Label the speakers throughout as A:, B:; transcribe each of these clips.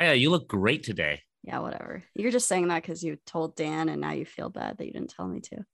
A: yeah, you look great today.
B: Yeah, whatever. You're just saying that because you told Dan and now you feel bad that you didn't tell me to.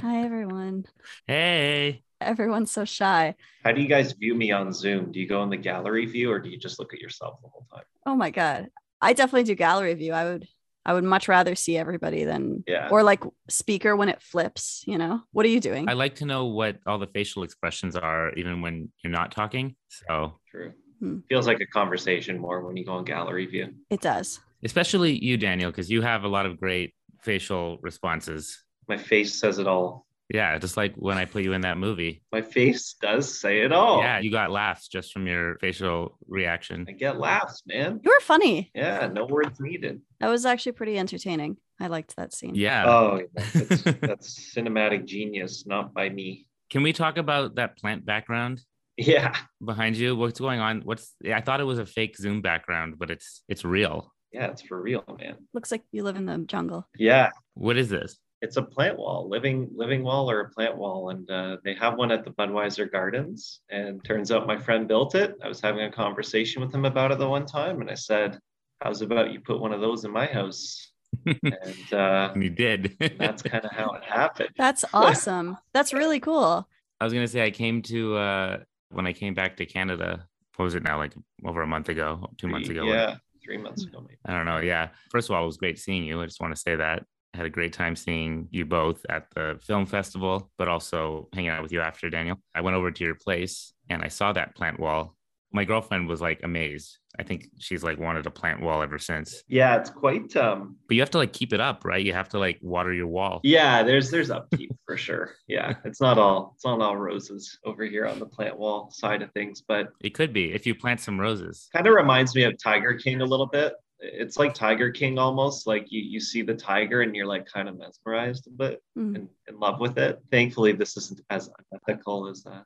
B: Hi, everyone.
A: hey.
B: Everyone's so shy.
C: How do you guys view me on Zoom? Do you go in the gallery view or do you just look at yourself the whole time?
B: Oh my God. I definitely do gallery view. I would I would much rather see everybody than
C: Yeah.
B: or like speaker when it flips, you know. What are you doing?
A: I like to know what all the facial expressions are, even when you're not talking. So,
C: True.
B: Hmm.
C: Feels like a conversation more when you go in gallery view.
B: it does.
A: especially you, Daniel, because you have a lot of great facial responses.
C: My face says it all.
A: Yeah, just like when I put you in that movie.
C: My face does say it all.
A: Yeah, you got laughs just from your facial reaction.
C: I get laughs, man.
B: You were funny.
C: Yeah, no words needed.
B: That was actually pretty entertaining. I liked that scene.
A: Yeah.
C: Oh, yeah, that's, that's cinematic genius, not by me.
A: Can we talk about that plant background
C: Yeah,
A: behind you? What's going on? What's I thought it was a fake Zoom background, but it's it's real.
C: yeah, it's for real, man.
B: Looks like you live in the jungle.
C: Yeah,
A: What is this?
C: it's a plant wall, living living wall or a plant wall, and uh, they have one at the Budweiser Gardens. And turns out my friend built it. I was having a conversation with him about it the one time, and I said, "How's about you put one of those in my house?" and uh,
A: And you did.
C: that's kind of how it happened.
B: That's awesome. That's really cool.
A: I was gonna say I came to uh when I came back to Canada, what was it now? Like over a month ago, two months ago.
C: Yeah, three months ago, maybe.
A: I don't know. Yeah. First of all, it was great seeing you. I just want to say that. I had a great time seeing you both at the film festival, but also hanging out with you after, Daniel. I went over to your place and I saw that plant wall. My girlfriend was like amazed. I think she's like wanted a plant wall ever since.
C: Yeah, it's quite. Um,
A: But you have to like keep it up, right? You have to like water your wall.
C: yeah, there's there's upkeep for sure. Yeah, it's not all it's not all roses over here on the plant wall side of things, but
A: It could be if you plant some roses.
C: kind of reminds me of Tiger King a little bit. It's like Tiger King almost. Like you you see the tiger and you're like kind of mesmerized a bit
B: Mm.
C: and in love with it. Thankfully, this isn't as unethical as that.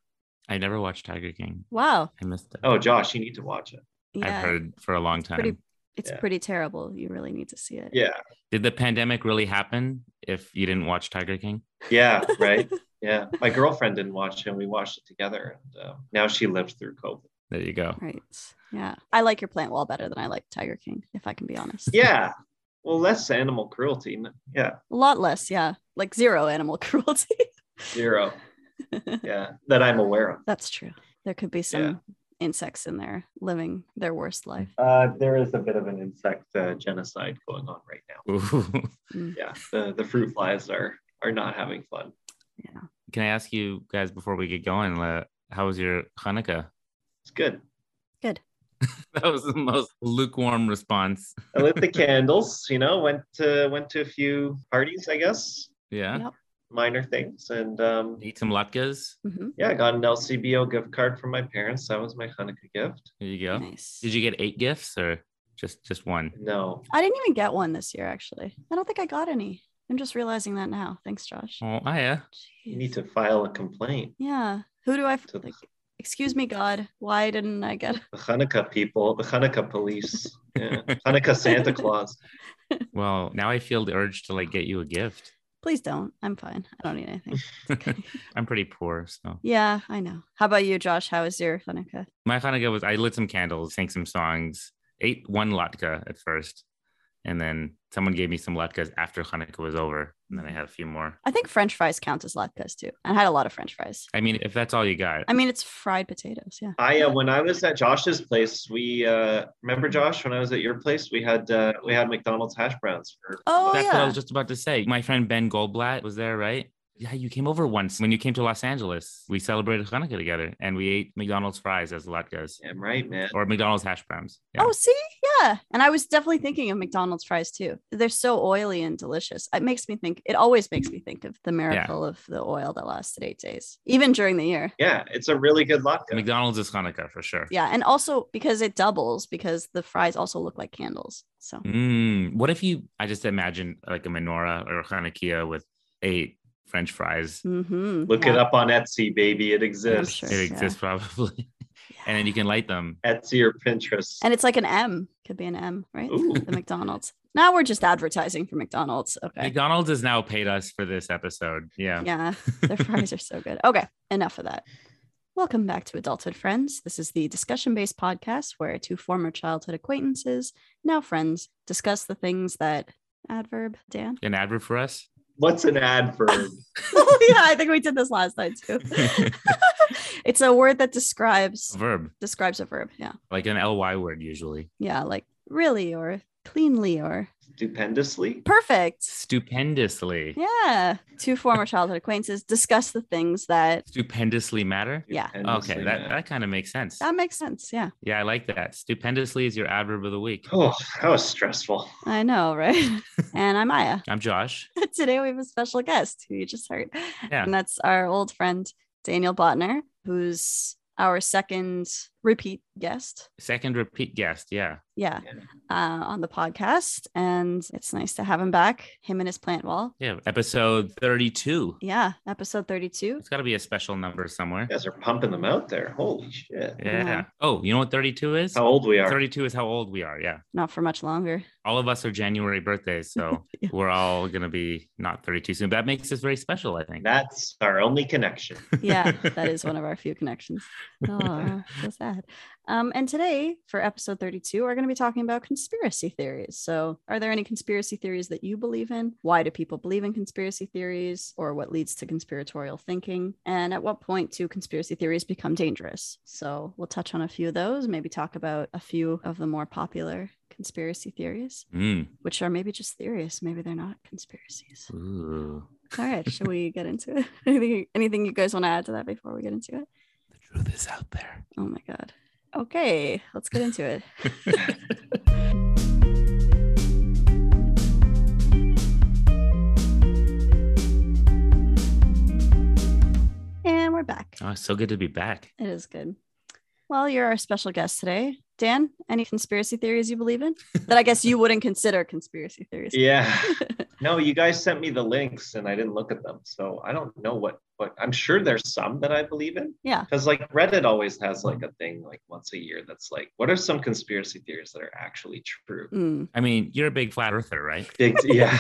A: I never watched Tiger King.
B: Wow.
A: I missed it.
C: Oh, Josh, you need to watch it.
B: Yeah.
A: I've heard for a long time.
B: pretty it's
C: Yeah.
B: pretty terrible. You really need to see it.
C: Yeah,
A: Did the pandemic really happen if you didn't watch Tiger King?
C: yeah, right. Yeah, my girlfriend didn't watch it. and We watched it together, and uh, now she lived through COVID.
A: There you go.
B: Right. Yeah. I like your plant wall better than I like Tiger King, if I can be honest.
C: Yeah, well, less animal cruelty. n- Yeah,
B: A lot less. Yeah. Like zero animal cruelty.
C: zero. Yeah, that I'm aware of.
B: That's true. There could be some
C: Yeah.
B: insects in there living their worst life.
C: Uh, there is a bit of an insect uh, genocide going on right now.
A: Ooh.
C: Yeah, the, the fruit flies are are not having fun.
A: Can I ask you guys before we get going? Uh, how was your Hanukkah?
C: It's good.
A: That was the most lukewarm response.
C: I lit the candles. You know, went to went to a few parties. I guess
A: Yeah.
B: Yep.
C: minor things, and um,
A: Eat some latkes.
B: hmm
C: yeah, I got an LCBO gift card from my parents. That was my Hanukkah gift.
A: There you go.
B: Nice.
A: Did you get eight gifts or just just one?
C: No,
B: I didn't even get one this year, actually. I don't think I got any. I'm just realizing that now. Thanks, Josh.
A: Oh, Aya.
C: you
B: Jeez.
C: need to file a complaint.
B: Yeah. Who do I f-
C: To-
B: like? Excuse me, God. Why didn't I get?
C: The Hanukkah people, the Hanukkah police, yeah. Hanukkah Santa Claus.
A: Well, now I feel the urge to like get you a gift.
B: Please don't. I'm fine. I don't need anything. It's okay.
A: I'm pretty poor, so
B: yeah, I know. How about you, Josh? How was your Hanukkah?
A: my Hanukkah was I lit some candles, sang some songs, ate one latke at first, and then someone gave me some latkes after Hanukkah was over, and then I had a few more.
B: I think French fries count as latkes too. I had a lot of French fries.
A: I mean, if that's all you got,
B: I mean, oh, it's fried potatoes. Yeah.
C: I uh, when I was at Josh's place, we uh, remember Josh when I was at your place, we had uh, we had McDonald's hash browns for.
B: Oh
A: That's what I
B: yeah.
A: was just about to say. My friend Ben Goldblatt was there, right? Yeah, you came over once when you came to Los Angeles. We celebrated Hanukkah together and we ate McDonald's fries as latkes
C: Damn right, man.
A: or McDonald's hash browns. Yeah.
B: Oh, see, yeah, and I was definitely thinking of McDonald's fries too. They're so oily and delicious. It makes me think. It always makes me think of the miracle of the oil that lasted eight days, even during the year.
C: Yeah, it's a really good latke.
A: McDonald's is Hanukkah for sure.
B: Yeah, and also because it doubles because the fries also look like candles. So
A: Mm, what if you, I just imagine like a menorah or a Hanukkah with eight French fries.
B: mhm,
C: Look
B: yeah.
C: it up on Etsy, baby. It
B: I'm
C: exists.
B: sure.
A: It exists probably. And then you can light them.
C: Etsy or Pinterest.
B: And it's like an M. Could be an M, right?
C: Ooh.
B: The McDonald's. Now we're just advertising for McDonald's. Okay.
A: McDonald's has now paid us for this episode. Yeah.
B: Yeah, their fries are so good. Okay, enough of that. Welcome back to Adulthood Friends. This is the discussion based podcast where two former childhood acquaintances, now friends, discuss the things that adverb, Dan?
A: An adverb for us?
C: What's an adverb?
B: Oh, yeah, I think we did this last night too. it's a word that describes
A: A verb,
B: describes a verb. Yeah.
A: like an ly word usually.
B: Yeah, like really or cleanly or
C: Stupendously.
B: perfect.
A: Stupendously.
B: Yeah. Two former childhood acquaintances discuss the things that
A: Stupendously matter.
B: Yeah.
C: Stupendously,
A: Okay, that,
C: man.
A: that kind of makes sense.
B: that makes sense. Yeah.
A: Yeah, I like that. Stupendously is your adverb of the week.
C: Oh, that was stressful.
B: I know, right? and I'm Aya.
A: I'm Josh.
B: Today we have a special guest who you just heard.
A: Yeah.
B: And that's our old friend Daniel Botner, who's our second repeat guest.
A: Second repeat guest. Yeah.
B: Yeah,
C: Yeah.
B: Uh, on the podcast. And it's nice to have him back, him and his plant wall.
A: Yeah. Episode 32.
B: Yeah, episode 32.
A: It's got to be a special number somewhere.
C: You guys are pumping them out there. Holy shit.
A: Yeah.
B: Yeah.
A: Oh, you know what 32 is?
C: How old we are.
A: 32 is how old we are. Yeah.
B: Not for much longer.
A: All of us are January birthdays. So
B: Yeah.
A: we're all going to be not 32 soon. That makes us very special, I think.
C: That's our only connection.
B: Yeah, that is one of our few connections. Oh, so sad. Um, and today for episode 32, we're going to be talking about conspiracy theories. So, are there any conspiracy theories that you believe in? Why do people believe in conspiracy theories or what leads to conspiratorial thinking? And at what point do conspiracy theories become dangerous? So, we'll touch on a few of those, maybe talk about a few of the more popular conspiracy theories,
A: Mm.
B: which are maybe just theories. Maybe they're not conspiracies.
A: Ooh.
B: All right, should we get into it? Anything, anything you guys want to add to that before we get into it?
A: The truth is out there.
B: Oh my god. Okay, let's get into it. and we're back.
A: Oh, it's so good to be back.
B: It is good. Well, you're our special guest today. Dan, any conspiracy theories you believe in? That I guess you wouldn't consider conspiracy theories.
C: Yeah. No, you guys sent me the links and I didn't look at them. So I don't know what, what I'm sure there's some that I believe in.
B: Yeah.
C: Because like Reddit always has like a thing like once a year that's like, what are some conspiracy theories that are actually true?
B: Mm.
A: I mean, you're a big flat earther, right?
C: Big, yeah.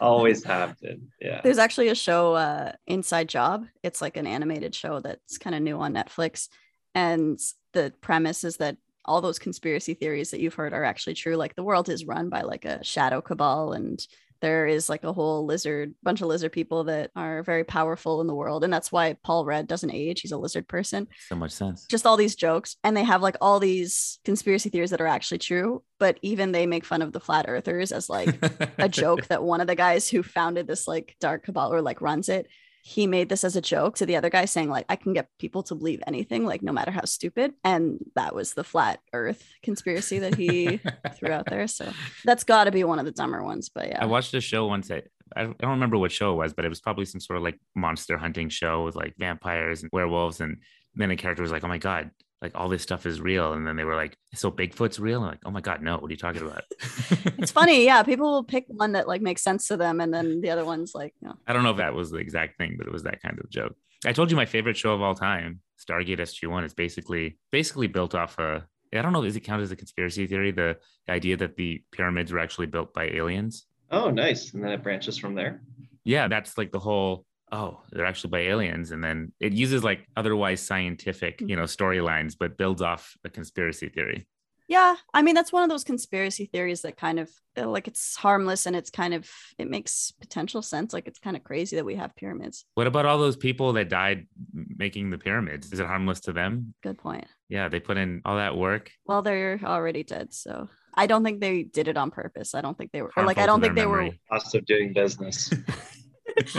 C: always have been. Yeah.
B: There's actually a show, uh, Inside Job. It's like an animated show that's kind of new on Netflix. And the premise is that all those conspiracy theories that you've heard are actually true. Like the world is run by like a shadow cabal and there is like a whole lizard bunch of lizard people that are very powerful in the world and that's why paul rudd doesn't age he's a lizard person
A: so much sense.
B: just all these jokes and they have like all these conspiracy theories that are actually true but even they make fun of the flat earthers as like a joke that one of the guys who founded this like dark cabal or like runs it he made this as a joke to the other guy saying like i can get people to believe anything like no matter how stupid and that was the flat earth conspiracy that he threw out there so that's got to be one of the dumber ones but yeah
A: I watched a show once that I don't I don't remember what show it was, but it was probably some sort of like monster hunting show with like vampires and werewolves. And then a character was like, oh my God, like all this stuff is real. And then they were like, so Bigfoot's real? I'm like, oh my God, no, what are you talking about?
B: it's funny yeah people will pick one that like makes sense to them and then the other one's like you know,
A: I don't know if that was the exact thing, but it was that kind of joke. I told you my favorite show of all time, Stargate SG-1, is basically basically built off a I don't know, is it counted as a conspiracy theory? The idea that the pyramids were actually built by aliens.
C: Oh, nice. And then it branches from there.
A: yeah, that's like the whole oh, they're actually by aliens. And then it uses like otherwise scientific, you know, storylines, but builds off a conspiracy theory.
B: yeah i mean that's one of those conspiracy theories that kind of they're like it's harmless and it's kind of it makes potential sense like it's kind of crazy that we have pyramids
A: What about all those people that died m- making the pyramids? Is it harmless to them?
B: good point
A: Yeah, they put in all that work.
B: Well, they're already dead, so I don't think they did it on purpose. I don't think they were or,
A: harmful
B: like I don't
A: to
B: think they
A: their
B: were
A: memory.
C: Cost of doing business.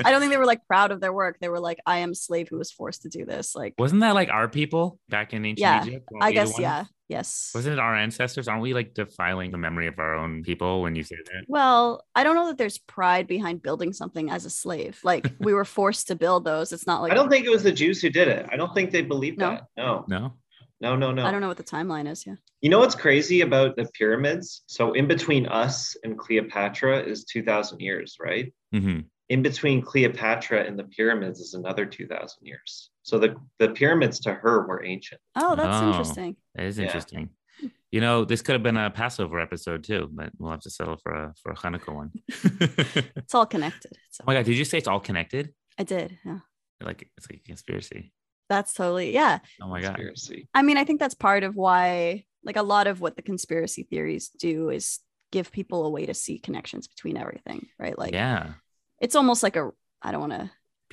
B: I don't think they were like proud of their work. They were like, I am a slave who was forced to do this. Like
A: Wasn't that like our people back in ancient
B: Yeah,
A: Egypt? Weren't
B: I
A: we the
B: guess
A: ones?
B: yeah. Yes.
A: Wasn't it our ancestors? Aren't we like defiling the memory of our own people when you say that?
B: well, I don't know that there's pride behind building something as a slave. Like we were forced to build those. It's not like
C: I don't think it was the Jews who did it. I don't think they believed
B: No?
C: that. No,
A: No.
C: no, no, no.
B: I don't know what the timeline is. Yeah.
C: You know what's crazy about the pyramids? So, in between us and Cleopatra is 2,000 years, right?
A: hmm
C: In between Cleopatra and the pyramids is another 2,000 years. So, the, the pyramids to her were ancient.
B: Oh, that's
A: Oh.
B: interesting.
A: That is
C: Yeah.
A: interesting. You know, this could have been a Passover episode too, but we'll have to settle for a for a Hanukkah one.
B: It's all connected. So
A: Oh my god, did you say it's all connected?
B: I did. Yeah.
A: Like it's like a conspiracy.
B: That's totally, yeah.
A: Oh my god.
C: Conspiracy.
B: I mean, I think that's part of why, like, a lot of what the conspiracy theories do is give people a way to see connections between everything, right? Like,
A: yeah.
B: it's almost like a, I don't want to,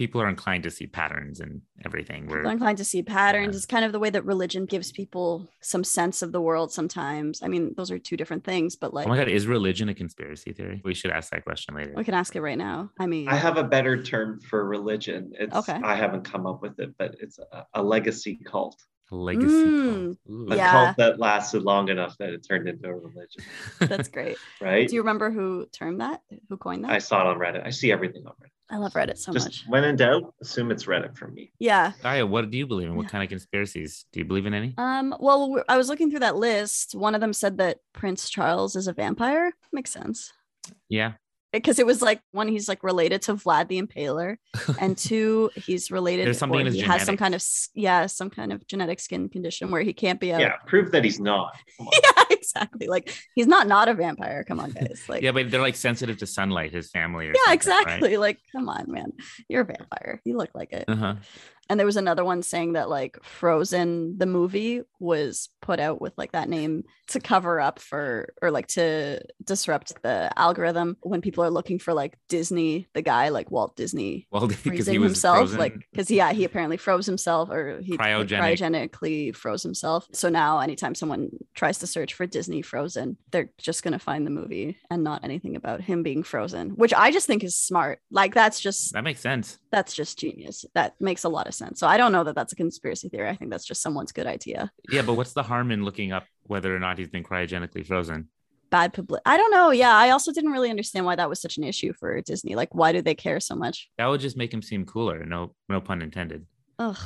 A: People are inclined to see patterns and everything.
B: I'm
A: Where
B: inclined to see patterns.
A: Yeah.
B: It's kind of the way that religion gives people some sense of the world sometimes. I mean, those are two different things, but like,
A: oh my god, is religion a conspiracy theory? We should ask that question later.
B: we can ask it right now. I mean,
C: I have a better term for religion. It's
B: Okay.
C: I haven't come up with it, but it's a, a legacy cult.
A: Legacy.
B: Mm,
A: cult. Ooh.
C: A
B: Yeah.
C: cult that lasted long enough that it turned into a religion,
B: that's great.
C: right?
B: Do you remember who termed that? Who coined that?
C: I saw it on Reddit. I see everything on Reddit.
B: I love Reddit so
C: Just
B: much.
C: when in doubt, assume it's Reddit from me.
B: Yeah.
A: Aya, what do you believe in? What
B: Yeah.
A: kind of conspiracies? Do you believe in any?
B: Um, well, w- I was looking through that list. One of them said that Prince Charles is a vampire. Makes sense
A: yeah.
B: because it was like one, he's like related to Vlad the Impaler, and two, he's related.
A: There's something
B: or
A: in his
B: he has some kind of s- yeah, some kind of genetic skin condition where he can't be a
C: Yeah, prove that he's not. Come on.
B: Yeah, exactly. Like he's not not a vampire. Come on, guys. Like
A: yeah, but they're like sensitive to sunlight, his family. Or
B: yeah,
A: something, right?
B: exactly. Like come on, man, you're a vampire. You look like it.
A: Uh-huh.
B: and there was another one saying that like frozen the movie was put out with like that name to cover up for or like to disrupt the algorithm when people are looking for like disney the guy like walt disney
A: Well, because
B: freezing
A: he was
B: himself
A: frozen.
B: like because yeah he apparently froze himself or he like,
A: Cryogenic.
B: cryogenically froze himself so now anytime someone tries to search for disney frozen they're just going to find the movie and not anything about him being frozen which i just think is smart like that's just
A: that makes sense.
B: that's just genius. That makes a lot of sense. So I don't know that that's a conspiracy theory. I think that's just someone's good idea.
A: Yeah, but what's the harm in looking up whether or not he's been cryogenically frozen?
B: Bad public. I don't know. Yeah, I also didn't really understand why that was such an issue for Disney. Like, why do they care so much?
A: That would just make him seem cooler. No, no pun intended.
B: Ugh,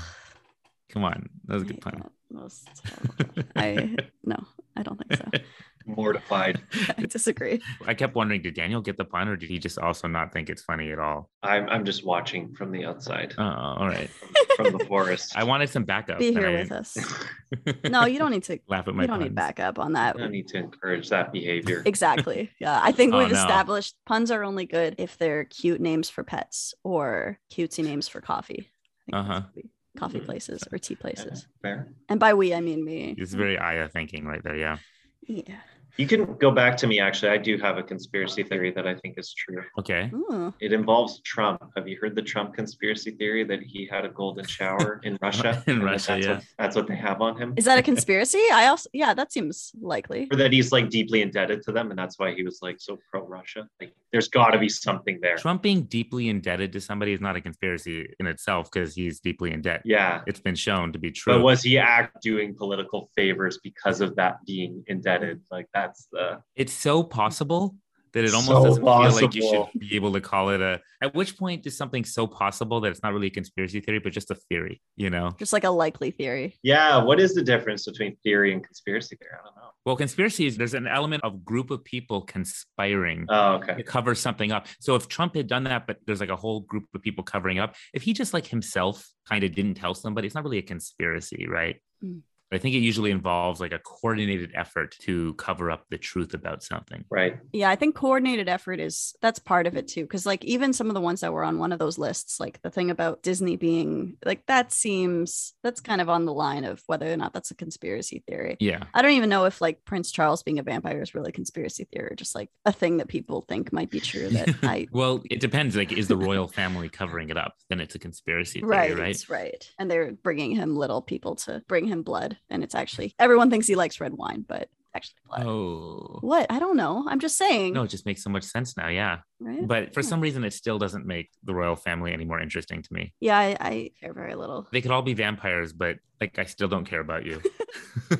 A: Come on, that was a
B: I
A: good
B: hate
A: pun.
B: that. That was terrible. I no, I don't think so.
C: Mortified.
B: I disagree.
A: I kept wondering, did Daniel get the pun, or did he just also not think it's funny at all?
C: I'm, I'm just watching from the outside,
A: Oh, all right.
C: from the forest.
A: I wanted some backup.
B: Be
A: and
B: here
A: I
B: with
A: didn't
B: us. No, you don't need to.
A: laugh at my
B: You don't need
A: puns.
B: backup on that.
C: I don't need to encourage that behavior.
B: Exactly. Yeah, I think
A: Oh,
B: we've
A: no.
B: established puns are only good if they're cute names for pets or cutesy names for coffee. I think that's
A: Uh-huh.
B: what we- Coffee
C: Mhm.
B: places or tea places.
C: Fair.
B: And by we, I mean me.
A: It's very Aya thinking right there. Yeah.
B: Yeah.
C: You can go back to me. Actually, I do have a conspiracy theory that I think is true.
A: Okay.
B: Ooh.
C: It involves Trump. Have you heard the Trump conspiracy theory that he had a golden shower in Russia?
A: In
C: and that
A: Russia,
C: that's
A: yeah.
C: What, that's what they have on him.
B: Is that a conspiracy? I also, yeah, that seems likely.
C: or that he's like deeply indebted to them, and that's why he was like so pro Russia. Like, there's got to be something there.
A: Trump being deeply indebted to somebody is not a conspiracy in itself because he's deeply in debt.
C: Yeah.
A: It's been shown to be true.
C: But was he act doing political favors because of that being indebted? Like that's the
A: it's so possible that it almost
C: So
A: doesn't feel like you
C: possible.
A: should be able to call it a at which point is something so possible that it's not really a conspiracy theory but just a theory you know
B: Just like a likely theory.
C: yeah. What is the difference between theory and conspiracy theory? I don't know.
A: well conspiracy is there's an element of group of people conspiring
C: Oh, okay.
A: to cover something up so if trump had done that but there's like a whole group of people covering up if he just like himself kind of didn't tell somebody it's not really a conspiracy right
B: Mm.
A: I think it usually involves like a coordinated effort to cover up the truth about something.
C: Right.
B: Yeah, I think coordinated effort is that's part of it too. Cause like even some of the ones that were on one of those lists, like the thing about Disney being like that seems that's kind of on the line of whether or not that's a conspiracy theory.
A: Yeah.
B: I don't even know if like Prince Charles being a vampire is really a conspiracy theory, or just like a thing that people think might be true that I
A: well, it depends. Like, is the royal family covering it up? Then it's a conspiracy theory,
B: right
A: right?
B: right right and they're bringing him little people to bring him blood and it's actually everyone thinks he likes red wine but it's actually blood
A: Oh,
B: what i don't know i'm just saying
A: no, it just makes so much sense now. Yeah,
B: right
A: but for some reason, it still doesn't make the royal family any more interesting to me.
B: yeah I, I care very little
A: They could all be vampires, but like, I still don't care about you.
B: i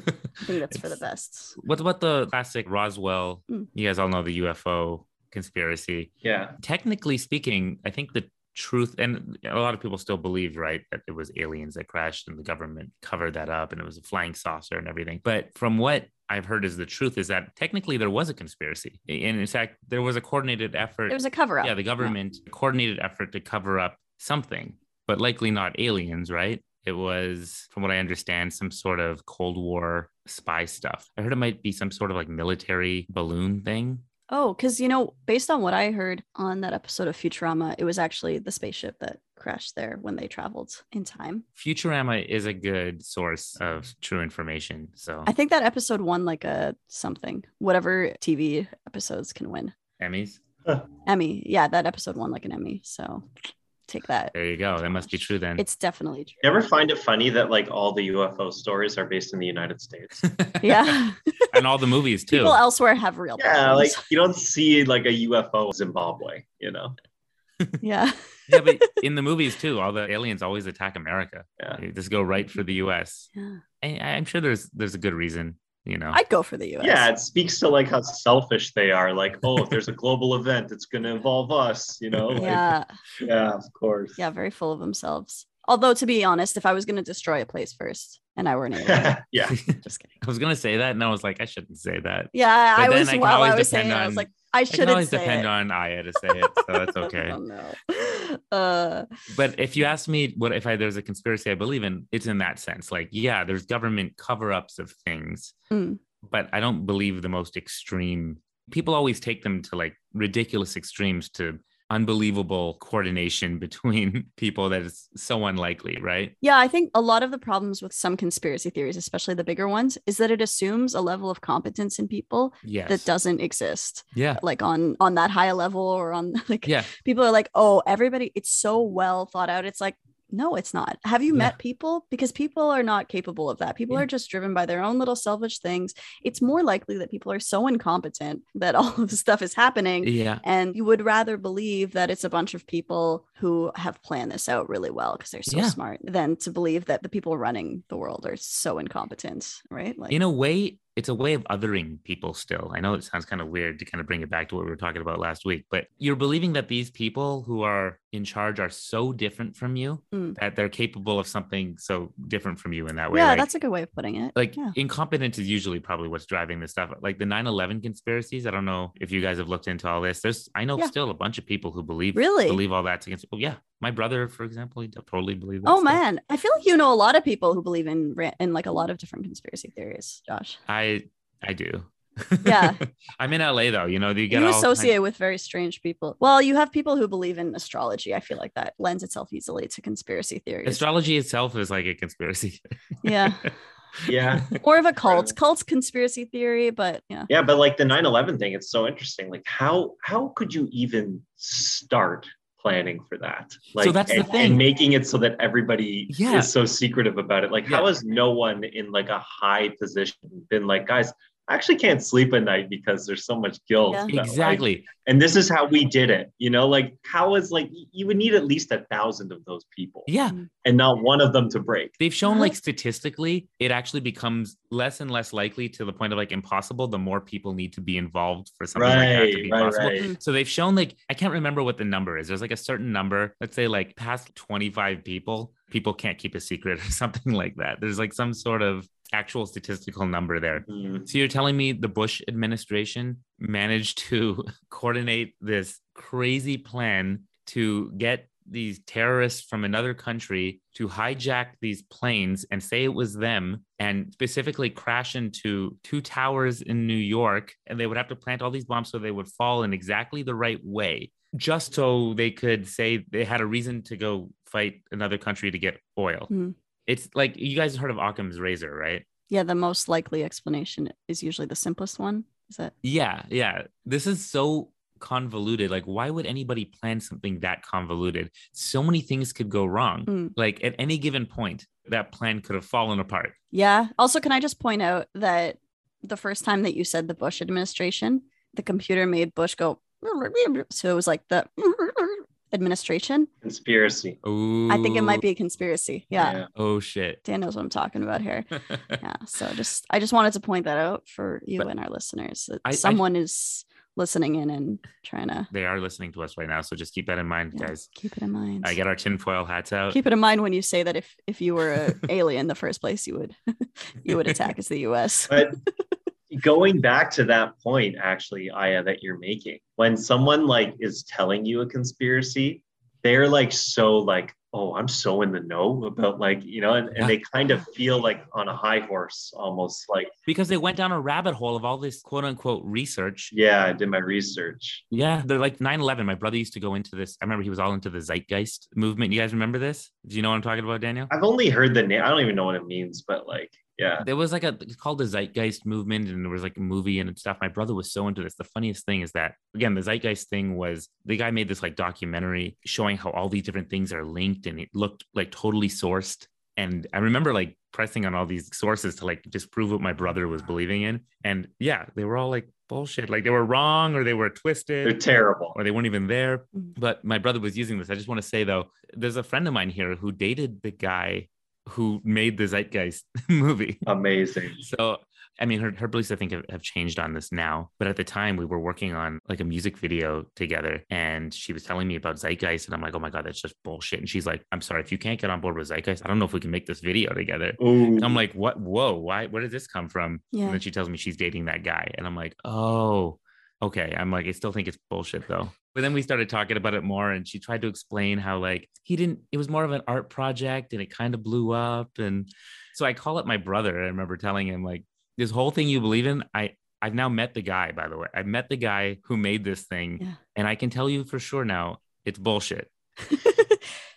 B: think that's for the
A: It's-
B: best
A: what about the classic Roswell?
B: Mm.
A: You guys all know the UFO conspiracy.
C: Yeah.
A: Technically speaking, I think the truth and a lot of people still believe right that it was aliens that crashed and the government covered that up and it was a flying saucer and everything but from what i've heard is the truth is that technically there was a conspiracy and in fact there was a coordinated effort
B: it was a cover-up
A: yeah the government coordinated effort to cover up something but likely not aliens right it was from what i understand some sort of cold war spy stuff i heard it might be some sort of like military balloon thing
B: oh because you know based on what i heard on that episode of futurama it was actually the spaceship that crashed there when they traveled in time.
A: Futurama is a good source of true information. So
B: I think that episode won like a something, whatever TV episodes can win.
A: Emmys.
B: Emmy. Yeah, that episode won like an Emmy. So take that.
A: There you go. That must be true then.
B: It's definitely true.
C: You ever find it funny that like all the UFO stories are based in the United States?
B: Yeah.
A: and all the movies too.
B: People elsewhere have real
C: yeah, like
B: problems.
C: you don't see like a UFO in Zimbabwe, you know?
B: yeah.
A: yeah, but in the movies too, all the aliens always attack America.
C: Yeah.
A: They just go right for the U.S.
B: yeah.
A: I, I'm sure there's there's a good reason. You know,
B: I'd go for the US.
C: Yeah, it speaks to like how selfish they are. Like, oh, if there's a global event, it's going to involve us, you know? Like,
B: Yeah.
C: yeah, of course.
B: Yeah, very full of themselves. Although to be honest, if I was gonna destroy a place first and I were an alien,
C: yeah.
B: just kidding.
A: I was gonna say that, and I was like, I shouldn't say that.
B: Yeah, I,
A: But
B: I
A: then
B: was
A: I can
B: while I
A: always
B: was saying
A: depend
B: it, I was
A: on-
B: like, I
A: I can
B: shouldn't
A: always
B: say
A: depend
B: it.
A: on Aya to say it, so that's okay.
B: oh no. Uh
A: but if you ask me what if I there's a conspiracy I believe in, it's in that sense. Like, yeah, there's government cover-ups of things,
B: Mm.
A: but I don't believe the most extreme people always take them to like ridiculous extremes to unbelievable coordination between people that is so unlikely, right?
B: Yeah, I think a lot of the problems with some conspiracy theories, especially the bigger ones, is that it assumes a level of competence in people
A: Yes.
B: that doesn't exist,
A: yeah.
B: like on on that high level or on like
A: Yeah.
B: people are like, "Oh, everybody, it's so well thought out." It's like, "No, it's not." Have you
A: Yeah.
B: met people? Because people are not capable of that. People
A: Yeah.
B: are just driven by their own little selfish things. It's more likely that people are so incompetent that all of this stuff is happening
A: Yeah.
B: and you would rather believe that it's a bunch of people who have planned this out really well because they're so
A: Yeah.
B: smart than to believe that the people running the world are so incompetent, right? Like,
A: in a way it's a way of othering people still i know it sounds kind of weird to kind of bring it back to what we were talking about last week but you're believing that these people who are in charge are so different from you
B: Mm.
A: that they're capable of something so different from you in that way
B: yeah,
A: like,
B: that's a good way of putting it.
A: like
B: yeah.
A: incompetence is usually probably what's driving this stuff like the 9-11 conspiracies i don't know if you guys have looked into all this there's i know
B: Yeah.
A: still a bunch of people who believe
B: Really?
A: believe all that's against oh yeah my brother for example he totally believes that
B: Oh
A: stuff.
B: man, I feel like you know a lot of people who believe in ra- in like a lot of different conspiracy theories, Josh.
A: i i do
B: Yeah.
A: i'm in la though you know you
B: You,
A: get all kinds-
B: associate with very strange people. Well, you have people who believe in astrology. I feel like that lends itself easily to conspiracy theories.
A: astrology itself is like a conspiracy
B: yeah,
C: Yeah.
B: more of a cult. Cult's conspiracy theory, but yeah,
C: Yeah, but like the 9/11 thing, it's so interesting. Like how how could you even start planning for that? Like
A: that's the
C: and,
A: thing.
C: and making it so that everybody
A: Yeah.
C: is so secretive about it. Like how
A: Yeah.
C: has no one in like a high position been like, guys, I actually can't sleep at night because there's so much guilt.
B: Yeah.
C: you know, like,
A: exactly
C: and this is how we did it. You know, like how is like y- you would need at least a thousand of those people
A: yeah
B: Hmm.
C: and not one of them to break.
A: they've shown like statistically it actually becomes less and less likely to the point of like impossible the more people need to be involved for something like that to
C: Right,
A: be
C: right,
A: possible
C: right.
A: So they've shown like I can't remember what the number is. There's like a certain number, let's say like past 25 people, people can't keep a secret or something like that. There's like some sort of actual statistical number there.
B: Mm-hmm.
C: Mm.
A: So you're telling me the Bush administration managed to coordinate this crazy plan to get these terrorists from another country to hijack these planes and say it was them and specifically crash into two towers in New York and they would have to plant all these bombs so they would fall in exactly the right way just so they could say they had a reason to go fight another country to get oil.
B: Hmm.
A: It's like you guys heard of Occam's razor, right?
B: Yeah, the most likely explanation is usually the simplest one. Is that
A: Yeah, yeah. This is so convoluted. Like, why would anybody plan something that convoluted? So many things could go wrong.
B: Mm.
A: Like, at any given point, that plan could have fallen apart.
B: yeah? Also, can I just point out that the first time that you said the Bush administration, the computer made Bush go, so it was like the administration.
C: Conspiracy.
A: Oh,
B: I think it might be a conspiracy. Yeah.
A: Oh, shit.
B: Dan knows what I'm talking about here. Yeah. So just I just wanted to point that out for you
A: But-
B: and our listeners that
A: I- I-
B: someone is listening in and trying to
A: they are listening to us right now. So just keep that in mind,
B: Yeah.
A: guys.
B: keep it in mind.
A: I get our tinfoil hats out.
B: keep it in mind when you say that if if you were an alien the first place you would you would attack is the us
C: But going back to that point, actually, Aya, that you're making, when someone like is telling you a conspiracy, they're like so like oh, I'm so in the know about like, you know, and, and they kind of feel like on a high horse almost like,
A: because they went down a rabbit hole of all this quote unquote research.
C: yeah, I did my research.
A: Yeah, they're like 9 11. My brother used to go into this. I remember he was all into the zeitgeist movement. You guys remember this? Do you know what I'm talking about, Daniel?
C: I've only heard the name. I don't even know what it means, but like, yeah.
A: There was like a it's called the Zeitgeist movement, and there was like a movie and stuff. My brother was so into this. The funniest thing is that again, the Zeitgeist thing was the guy made this like documentary showing how all these different things are linked, and it looked like totally sourced. And I remember like pressing on all these sources to like disprove what my brother was believing in. And yeah, they were all like bullshit. Like they were wrong or they were
C: They're
A: twisted
C: terrible.
A: or they weren't even there
B: Mhm.
A: but my brother was using this. I just want to say though, there's a friend of mine here who dated the guy who made the Zeitgeist movie.
C: Amazing.
A: So I mean, her, her beliefs I think have, have changed on this now, but at the time we were working on like a music video together, and she was telling me about Zeitgeist, and I'm like, oh my god, that's just bullshit. And she's like, I'm sorry if you can't get on board with Zeitgeist, I don't know if we can make this video together.
C: Ooh.
A: And I'm like, what? Whoa, why? Where did this come from?
B: Mm-hmm. Yeah.
A: And then she tells me she's dating that guy. And I'm like, oh, okay. I'm like, I still think it's bullshit though. But then we started talking about it more and she tried to explain how, like, he didn't, it was more of an art project and it kind of blew up. And so I call up my brother. I remember telling him, like, this whole thing you believe in, I, I've now met the guy, by the way. I've met the guy who made this thing.
B: Yeah.
A: And I can tell you for sure now it's bullshit.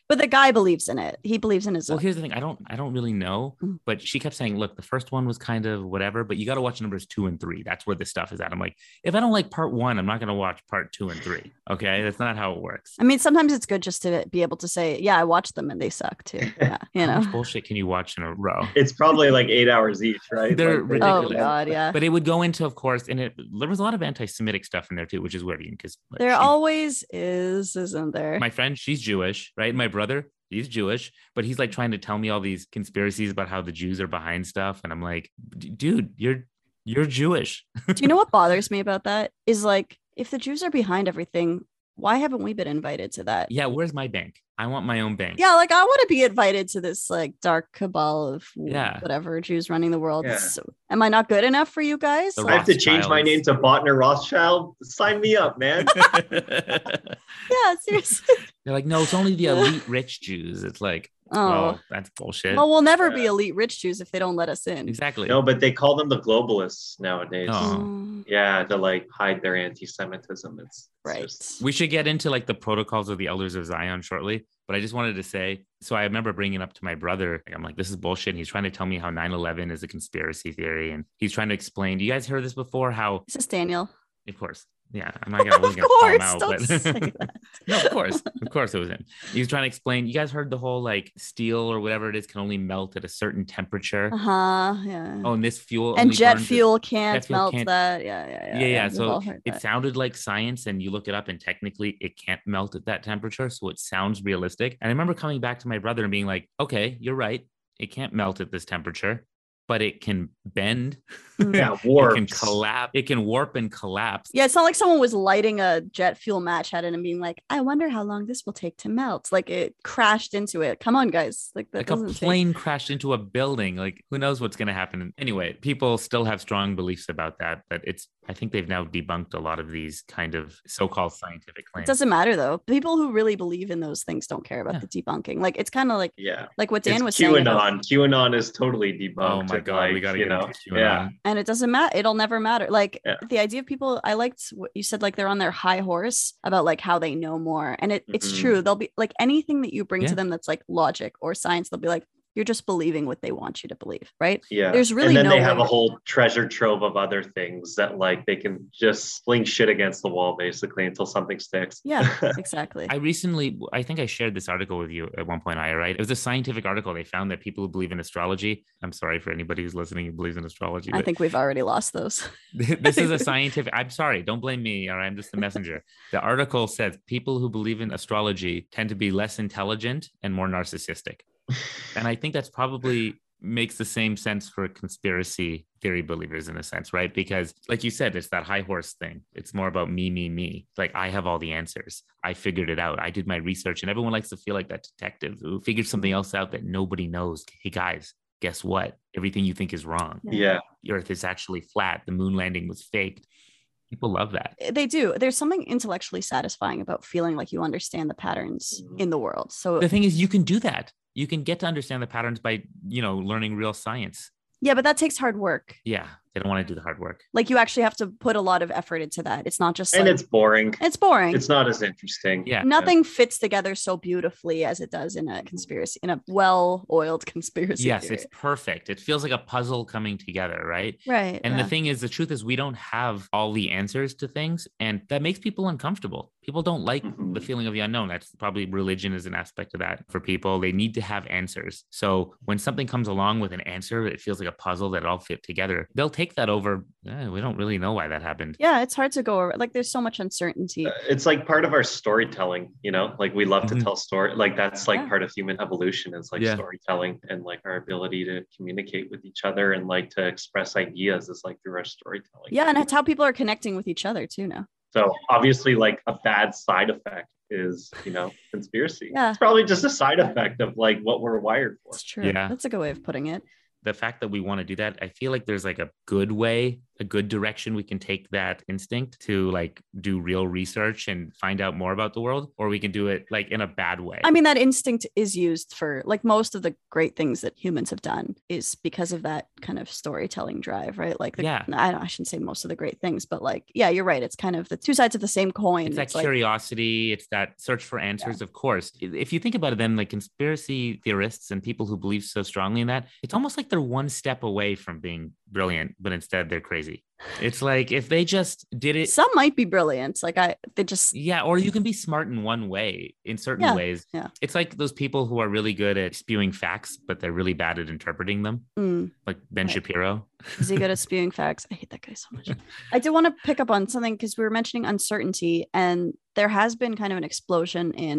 B: but the guy believes in it. He believes in his.
A: Well, here's the thing. I don't I don't really know,
B: Mm.
A: but she kept saying, look, the first one was kind of whatever, but you got to watch numbers two and three. That's where the stuff is at. I'm like, if I don't like part one, I'm not gonna watch part two and three. Okay. That's not how it works.
B: I mean, sometimes it's good just to be able to say, "Yeah, I watched them and they suck too." Yeah, you
A: How
B: know.
A: much bullshit can you watch in a row?
C: It's probably like eight hours each, right?
A: They're
C: Like,
B: Oh
A: ridiculous.
B: God, yeah.
A: But it would go into, of course, and it there was a lot of anti-Semitic stuff in there too, which is weird because
B: There always is, isn't there?
A: my friend, she's Jewish, right? My brother, he's Jewish, but he's like trying to tell me all these conspiracies about how the Jews are behind stuff. And I'm like, "D- dude, you're you're Jewish.
B: Do you know what bothers me about that? Is like, if the Jews are behind everything, why haven't we been invited to that?
A: yeah, where's my bank? I want my own bank.
B: Yeah, like I want to be invited to this like dark cabal of
A: Yeah.
B: whatever Jews running the world.
C: Yeah.
B: So, am I not good enough for you guys?
A: The
C: I have to change my
A: Rothschilds.
C: name to Botner Rothschild. Sign me up, man.
B: yeah, seriously.
A: They're like, no, it's only the elite rich Jews. It's like,
B: Oh.
A: oh, that's bullshit.
B: Well, we'll never be
C: Yeah.
B: elite rich Jews if they don't let us in.
A: exactly.
C: no, but they call them the globalists nowadays.
A: Oh.
B: Mm,
C: Yeah, to like hide their anti-Semitism. It's, it's
B: right.
C: just-
A: We should get into like the protocols of the elders of Zion shortly, but I just wanted to say so I remember bringing up to my brother, like, I'm like, this is bullshit. He's trying to tell me how 9 11 is a conspiracy theory. And he's trying to explain, do you guys hear this before? How,
B: This is Daniel.
A: of course, yeah, I'm not gonna, I
B: Of
A: wasn't gonna call him
B: course,
A: out,
B: don't
A: but
B: say that.
A: no, of course, of course, it was him. He was trying to explain, you guys heard the whole like steel or whatever it is can only melt at a certain temperature.
B: Uh huh. Yeah.
A: Oh, and this fuel
B: and
A: only
B: jet
A: burns at
B: fuel can't
A: jet fuel
B: melt
A: can't-
B: that. Yeah, yeah, yeah.
A: yeah, yeah.
B: we've
A: So
B: all heard
A: it
B: that.
A: sounded like science, and you look it up, and technically it can't melt at that temperature. So it sounds realistic. And I remember coming back to my brother and being like, okay, you're right. It can't melt at this temperature, but it can bend,
C: yeah,
A: it can
C: warped.
A: collapse, it can warp and collapse.
B: Mm. Yeah, it's not like someone was lighting a jet fuel match at it and being like, "I wonder how long this will take to melt." Like it crashed into it. Come on, guys! Like that
A: Like a
B: doesn't take-
A: plane crashed into a building. Like who knows what's going to happen? Anyway, people still have strong beliefs about that, but it's. I think they've now debunked a lot of these kind of so-called scientific
B: It
A: claims.
B: doesn't matter though. People who really believe in those things don't care about
A: Yeah.
B: the debunking. Like it's kind of like
C: Yeah.
B: like what Dan
C: It's
B: was saying, about-
C: QAnon. QAnon is totally debunked.
A: Oh my
C: and,
A: god, we
C: like,
A: got to
C: you
A: get
C: know,
A: into QAnon.
C: Yeah.
B: and it doesn't matter. It'll never matter. Like
C: Yeah.
B: the idea of people. I liked what you said. Like they're on their high horse about like how they know more, and it, it's
C: Mhm.
B: true. They'll be like anything that you bring
A: Yeah.
B: to them that's like logic or science. They'll be like, "You're just believing what they want you to believe," right?
C: Yeah.
B: There's really
C: and then
B: no
C: they have
B: way-
C: a whole treasure trove of other things that like they can just sling shit against the wall basically until something sticks.
B: Yeah, exactly.
A: I recently, I think I shared this article with you at one point, I right? It was a scientific article. They found that people who believe in astrology, I'm sorry for anybody who's listening who believes in astrology.
B: I
A: but
B: think we've already lost those.
A: this is a scientific, I'm sorry, don't blame me. All right, I'm just the messenger. the article says people who believe in astrology tend to be less intelligent and more narcissistic. And I think that's probably makes the same sense for conspiracy theory believers in a sense, right? Because like you said, it's that high horse thing. It's more about me, me, me. Like I have all the answers. I figured it out. I did my research. And everyone likes to feel like that detective who figured something else out that nobody knows. Hey guys, guess what? Everything you think is wrong.
C: Yeah.
A: The earth is actually flat. The moon landing was faked. People love that.
B: Eh, They do. There's something intellectually satisfying about feeling like you understand the patterns
C: Mhm.
B: in the world. So
A: The thing is, you can do that. You can get to understand the patterns by, you know, learning real science.
B: yeah, but that takes hard work.
A: Yeah. They don't want to do the hard work.
B: Like you actually have to put a lot of effort into that. It's not just
C: and
B: like,
C: it's boring.
B: it's boring.
C: It's not as interesting.
A: Yeah.
B: Nothing fits together so beautifully as it does in a conspiracy, in a well-oiled conspiracy.
A: yes,
B: theory.
A: it's perfect. It feels like a puzzle coming together, right?
B: right.
A: And
B: yeah.
A: the thing is, the truth is, we don't have all the answers to things, and that makes people uncomfortable. People don't like
B: Mm-hmm.
C: Mhm.
A: the feeling of the unknown. That's probably religion is an aspect of that for people. They need to have answers. So when something comes along with an answer, it feels like a puzzle that all fit together. They'll take that over. "Eh, we don't really know why that happened.
B: yeah, it's hard to go over. Like there's so much uncertainty.
C: Uh, It's like part of our storytelling, you know, like we love
A: Mhm.
C: to tell story. Like that's like
B: Yeah.
C: part of human evolution is like
A: Yeah.
C: storytelling and like our ability to communicate with each other and like to express ideas is like through our storytelling.
B: yeah, and it's how people are connecting with each other too now.
C: So obviously, like a bad side effect is, you know, conspiracy.
B: Yeah.
C: It's probably just a side effect of like what we're wired for.
B: It's true.
A: Yeah.
B: That's a good way of putting it.
A: The fact that we want to do that, I feel like there's like a good way, a good direction we can take that instinct to like do real research and find out more about the world, or we can do it like in a bad way.
B: I mean, that instinct is used for like most of the great things that humans have done is because of that kind of storytelling drive, right? Like, the,
A: Yeah.
B: I, don't, I shouldn't say most of the great things, but like, yeah, you're right. It's kind of the two sides of the same coin.
A: it's that
B: like,
A: curiosity it's that search for answers of course I- if you think about it then like conspiracy theorists and people who believe so strongly in that it's almost like they're one step away from being brilliant but instead they're crazy it's like if they just did it
B: some might be brilliant. Like, I, they just,
A: yeah or you can be smart in one way in certain
B: Yeah,
A: ways
B: yeah.
A: it's like those people who are really good at spewing facts but they're really bad at interpreting them
B: mm.
A: like ben
B: Right.
A: shapiro
B: Is he good at spewing facts? I hate that guy so much. I did want to pick up on something because we were mentioning uncertainty, and there has been kind of an explosion in,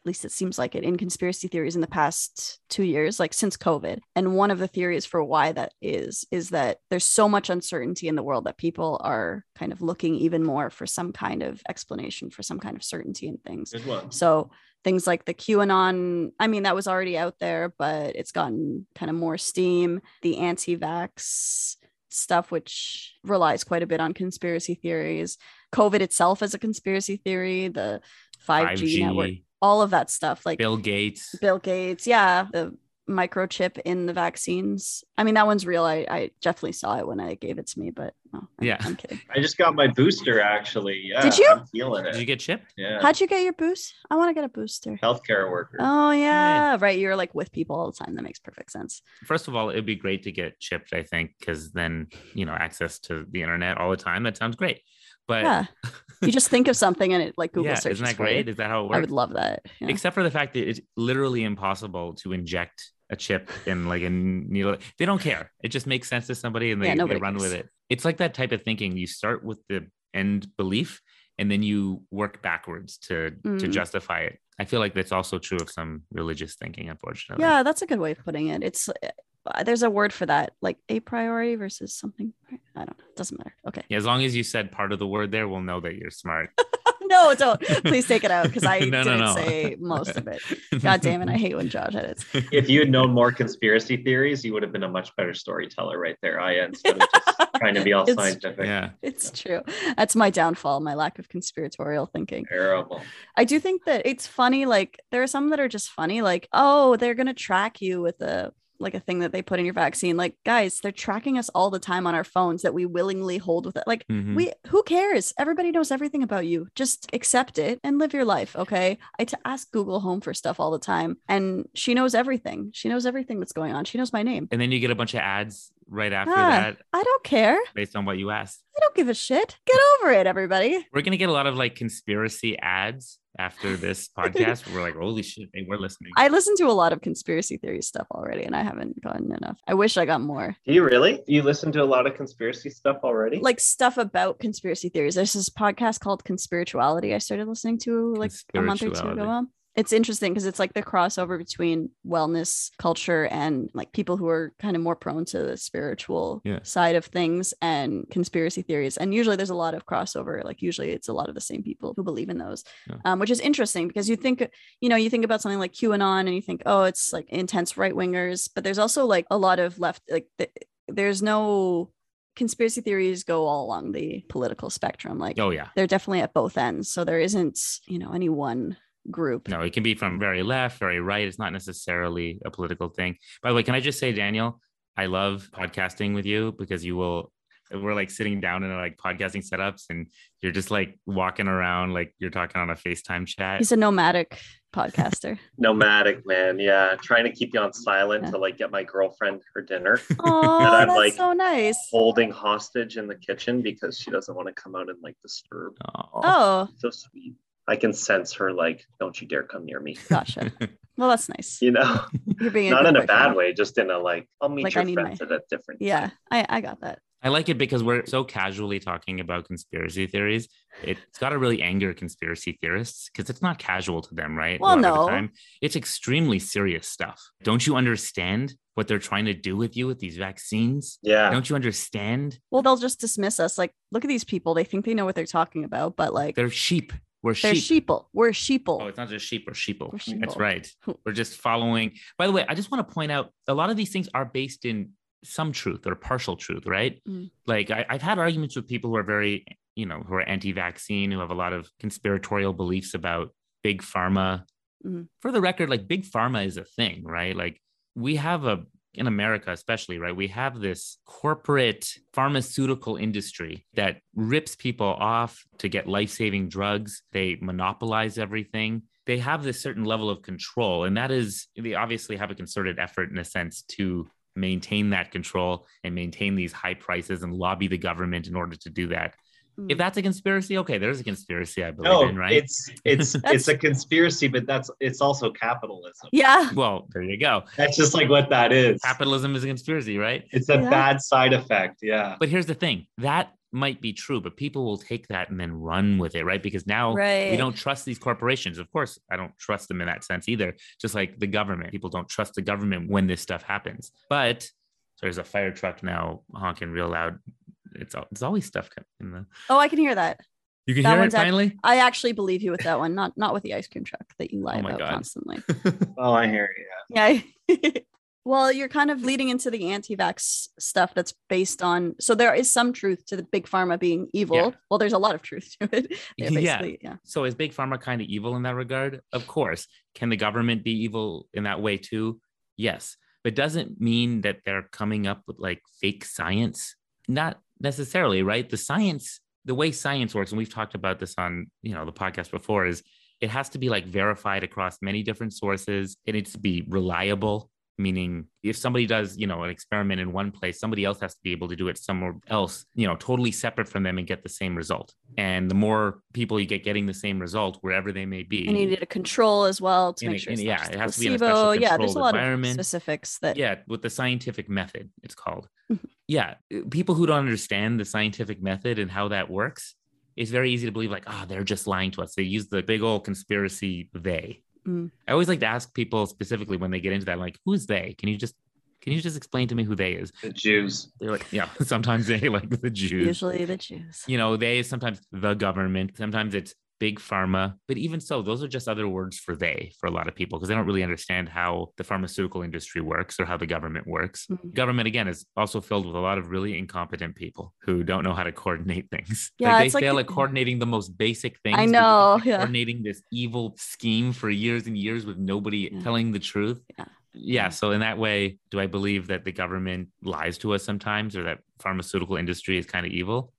B: at least it seems like it, in conspiracy theories in the past two years, like since COVID. And one of the theories for why that is, is that there's so much uncertainty in the world that people are kind of looking even more for some kind of explanation, for some kind of certainty in things.
C: Good one.
B: So things like the QAnon, I mean, that was already out there, but it's gotten kind of more steam. The anti vax stuff, which relies quite a bit on conspiracy theories, COVID itself as a conspiracy theory, the 5G, network, all of that stuff. Like
A: bill gates
B: Bill Gates, yeah, the microchip in the vaccines. I mean, that one's real. I, I definitely saw it when I gave it to me, but no, I'm,
A: Yeah.
B: I'm kidding.
C: I just got my booster actually. Yeah,
B: Did you?
C: I'm feeling
A: did you
C: it.
A: get chipped
C: Yeah.
B: How'd you get your boost? I want to get a booster.
C: Healthcare worker.
B: Oh yeah, right. You're like with people all the time. That makes perfect sense.
A: First of all, it'd be great to get chipped, I think, because then, you know, access to the internet all the time. That sounds great. But yeah,
B: yeah, you just think of something and it like Google
A: yeah
B: search.
A: isn't that great? Is that how it works?
B: I would love that. Yeah.
A: Except for the fact that it's literally impossible to inject a chip in like a needle. They don't care. It just makes sense to somebody and they,
B: Yeah,
A: they
B: nobody
A: run with
B: cares.
A: it. It's like that type of thinking. You start with the end belief and then you work backwards to to
B: Mm.
A: justify it. I feel like that's also true of some religious thinking, unfortunately.
B: yeah, that's a good way of putting it. It's uh, there's a word for that, like a priori versus something. I don't know. Doesn't matter. Okay.
A: Yeah, As long as you said part of the word there, we'll know that you're smart.
B: no, don't. Please take it out because I
A: No, no,
B: didn't
A: no.
B: say most of it. God damn it! I hate when Josh edits.
C: If you had known more conspiracy theories, you would have been a much better storyteller right there, I instead of just trying to be all
B: It's-
C: scientific.
A: Yeah.
B: It's true. That's my downfall. My lack of conspiratorial thinking.
C: Terrible.
B: I do think that it's funny. Like there are some that are just funny. Like oh, they're gonna track you with a like a thing that they put in your vaccine. Like guys, they're tracking us all the time on our phones that we willingly hold with it. Like
A: Mhm.
B: we who cares? Everybody knows everything about you. Just accept it and live your life. Okay. I t- ask Google Home for stuff all the time, and she knows everything. She knows everything that's going on. She knows my name.
A: and then you get a bunch of ads right after
B: Ah.
A: that
B: I don't care.
A: based on what you asked.
B: I don't give a shit. Get over it, everybody.
A: We're gonna get a lot of like conspiracy ads after this podcast. We're like, holy shit, they were listening.
B: I listen to a lot of conspiracy theory stuff already, and I haven't gotten enough. I wish I got more.
C: Do you really? You listen to a lot of conspiracy stuff already?
B: like stuff about conspiracy theories. There's this podcast called Conspirituality I started listening to like a month or two
A: Conspirituality.
B: ago. It's interesting because it's like the crossover between wellness culture and like people who are kind of more prone to the spiritual
A: Yeah.
B: side of things and conspiracy theories. And usually there's a lot of crossover. Like usually it's a lot of the same people who believe in those,
A: Yeah.
B: um, which is interesting because you think you know, you think about something like QAnon and you think, oh, it's like intense right wingers, but there's also like a lot of left, like th- there's no conspiracy theories go all along the political spectrum. Like
A: Oh, yeah.
B: they're definitely at both ends. So there isn't, you know, any one group.
A: No, it can be from very left, very right. It's not necessarily a political thing. By the way, can I just say, Daniel, I love podcasting with you because you will. We're like sitting down in our like podcasting setups, and you're just like walking around like you're talking on a FaceTime chat.
B: He's a nomadic podcaster.
C: Nomadic man, yeah. Trying to keep you on silent to like get my girlfriend her dinner,
B: Oh,
C: And I'm
B: that's
C: like,
B: so nice.
C: holding hostage in the kitchen because she doesn't want to come out and like disturb.
A: Aw.
B: Oh,
C: So sweet. I can sense her like, don't you dare come near me.
B: gotcha. Well, that's nice.
C: You know,
B: You're being a
C: not
B: good
C: in a
B: boyfriend.
C: bad way, just in a like, I'll meet
B: Like, I
C: your
B: need
C: friends
B: my-
C: at a different.
B: Yeah, I, I got that.
A: I like it because we're so casually talking about conspiracy theories. It's got to really anger conspiracy theorists because it's not casual to them, right? A
B: Well,
A: lot of the
B: no.
A: time. It's extremely serious stuff. Don't you understand what they're trying to do with you with these vaccines?
C: Yeah.
A: Don't you understand?
B: Well, they'll just dismiss us. Like, look at these people. They think they know what they're talking about, but like they're,
A: They're sheep. We're sheep.
B: sheeple. We're sheeple.
A: Oh, it's not just sheep or sheeple.
B: We're
A: That's
B: sheeple.
A: right.
B: Who-
A: We're just following. By the way, I just want to point out a lot of these things are based in some truth or partial truth, right?
B: Mm.
A: Like I, I've had arguments with people who are very, you know, who are anti-vaccine, who have a lot of conspiratorial beliefs about big pharma.
B: Mhm.
A: For the record, like big pharma is a thing, right? Like we have a in America, especially, right? We have this corporate pharmaceutical industry that rips people off to get life saving drugs. They monopolize everything. They have this certain level of control. And that is, they obviously have a concerted effort in a sense to maintain that control and maintain these high prices and lobby the government in order to do that.
B: Mm.
A: If that's a conspiracy, okay, there's a conspiracy I believe
C: No,
A: in, right?
C: it's it's it's a conspiracy, but that's it's also capitalism.
B: yeah.
A: well, there you go.
C: That's just like what that is.
A: Capitalism is a conspiracy, right?
C: It's a
B: Yeah.
C: bad side effect. Yeah.
A: But here's the thing that might be true, but people will take that and then run with it, right? Because now
B: Right.
A: Oh, we don't trust these corporations. Of course, I don't trust them in that sense either, just like the government. People don't trust the government when this stuff happens. But there's a fire truck now honking real loud. It's, al- it's always stuff coming in the.
B: Oh, I can hear that.
A: You can
B: That
A: hear it
B: one's act-
A: finally?
B: I actually believe you with that one, not not with the ice cream truck that you lie
A: Oh my
B: about
A: God.
B: constantly.
C: Oh, I hear you.
B: Yeah. well, you're kind of leading into the anti-vax stuff that's based on. So there is some truth to the big pharma being evil.
A: Yeah.
B: Well, there's a lot of truth to it. They're
A: Yeah.
B: basically, yeah.
A: So is big pharma kind of evil in that regard? Of course. Can the government be evil in that way too? Yes. But doesn't mean that they're coming up with like fake science? Not necessarily, right? The science, the way science works, and we've talked about this on, you know, the podcast before is it has to be like verified across many different sources. It needs to be reliable, meaning if somebody does, you know, an experiment in one place, somebody else has to be able to do it somewhere else, you know, totally separate from them and get the same result. And the more people you get getting the same result, wherever they may be,
B: And you need a control as well to
A: And it-
B: make sure.
A: and
B: It's
A: yeah,
B: not just
A: it
B: a
A: has to be in a
B: placebo.
A: special
B: yeah, there's a
A: controlled
B: lot
A: environment.
B: of specifics that.
A: yeah, with the scientific method, it's called.
B: Mhm.
A: Yeah. uh, People who don't understand the scientific method and how that works, it's very easy to believe, like, oh, they're just lying to us. They use the big old conspiracy they.
B: Mm.
A: I always like to ask people specifically when they get into that, like, who's they? Can you just can you just explain to me who they is?
C: The Jews.
A: They're like, yeah, sometimes they like the Jews.
B: Usually the Jews.
A: You know, they is sometimes the government, sometimes it's big pharma. But even so, those are just other words for they for a lot of people because they don't really understand how the pharmaceutical industry works or how the government works.
B: Mhm.
A: Government, again, is also filled with a lot of really incompetent people who don't know how to coordinate things.
B: Yeah,
A: like they
B: it's like-
A: fail at coordinating the most basic things.
B: I
A: because they've
B: know,
A: been
B: yeah.
A: Coordinating this evil scheme for years and years with nobody
B: Yeah.
A: telling the truth.
B: Yeah.
A: Yeah.
B: Yeah.
A: So in that way, do I believe that the government lies to us sometimes or that pharmaceutical industry is kind of evil?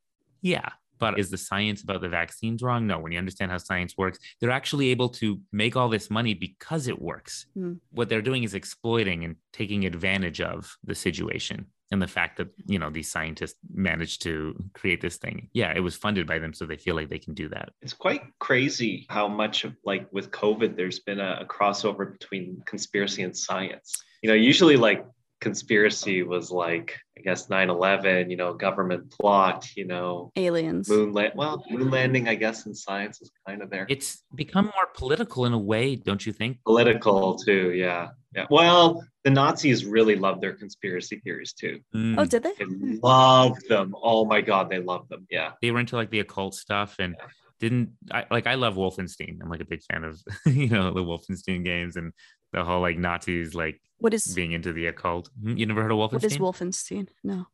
A: Yeah. But is the science about the vaccines wrong? No. When you understand how science works, they're actually able to make all this money because it works.
B: Hmm.
A: What they're doing is exploiting and taking advantage of the situation and the fact that, you know, these scientists managed to create this thing. Yeah, it was funded by them. So they feel like they can do that.
C: It's quite crazy how much of like with COVID, there's been a, a crossover between conspiracy and science. You know, usually like conspiracy was like, I guess 9-11, you know, government plot, you know,
B: Aliens.
C: moon land. Well, moon landing, I guess, in science is kind of there.
A: It's become more political in a way, don't you think?
C: Political too, yeah. Yeah. Well, the Nazis really loved their conspiracy theories too.
B: Oh,
A: Mm.
B: did they?
C: They loved them. Oh my God, they loved them. Yeah.
A: they were into like the occult stuff and didn't I, like I love Wolfenstein. I'm like a big fan of you know the Wolfenstein games and the whole like Nazis like
B: What is
A: being into the occult. Hmm, You never heard of Wolfenstein?
B: what is Wolfenstein? No.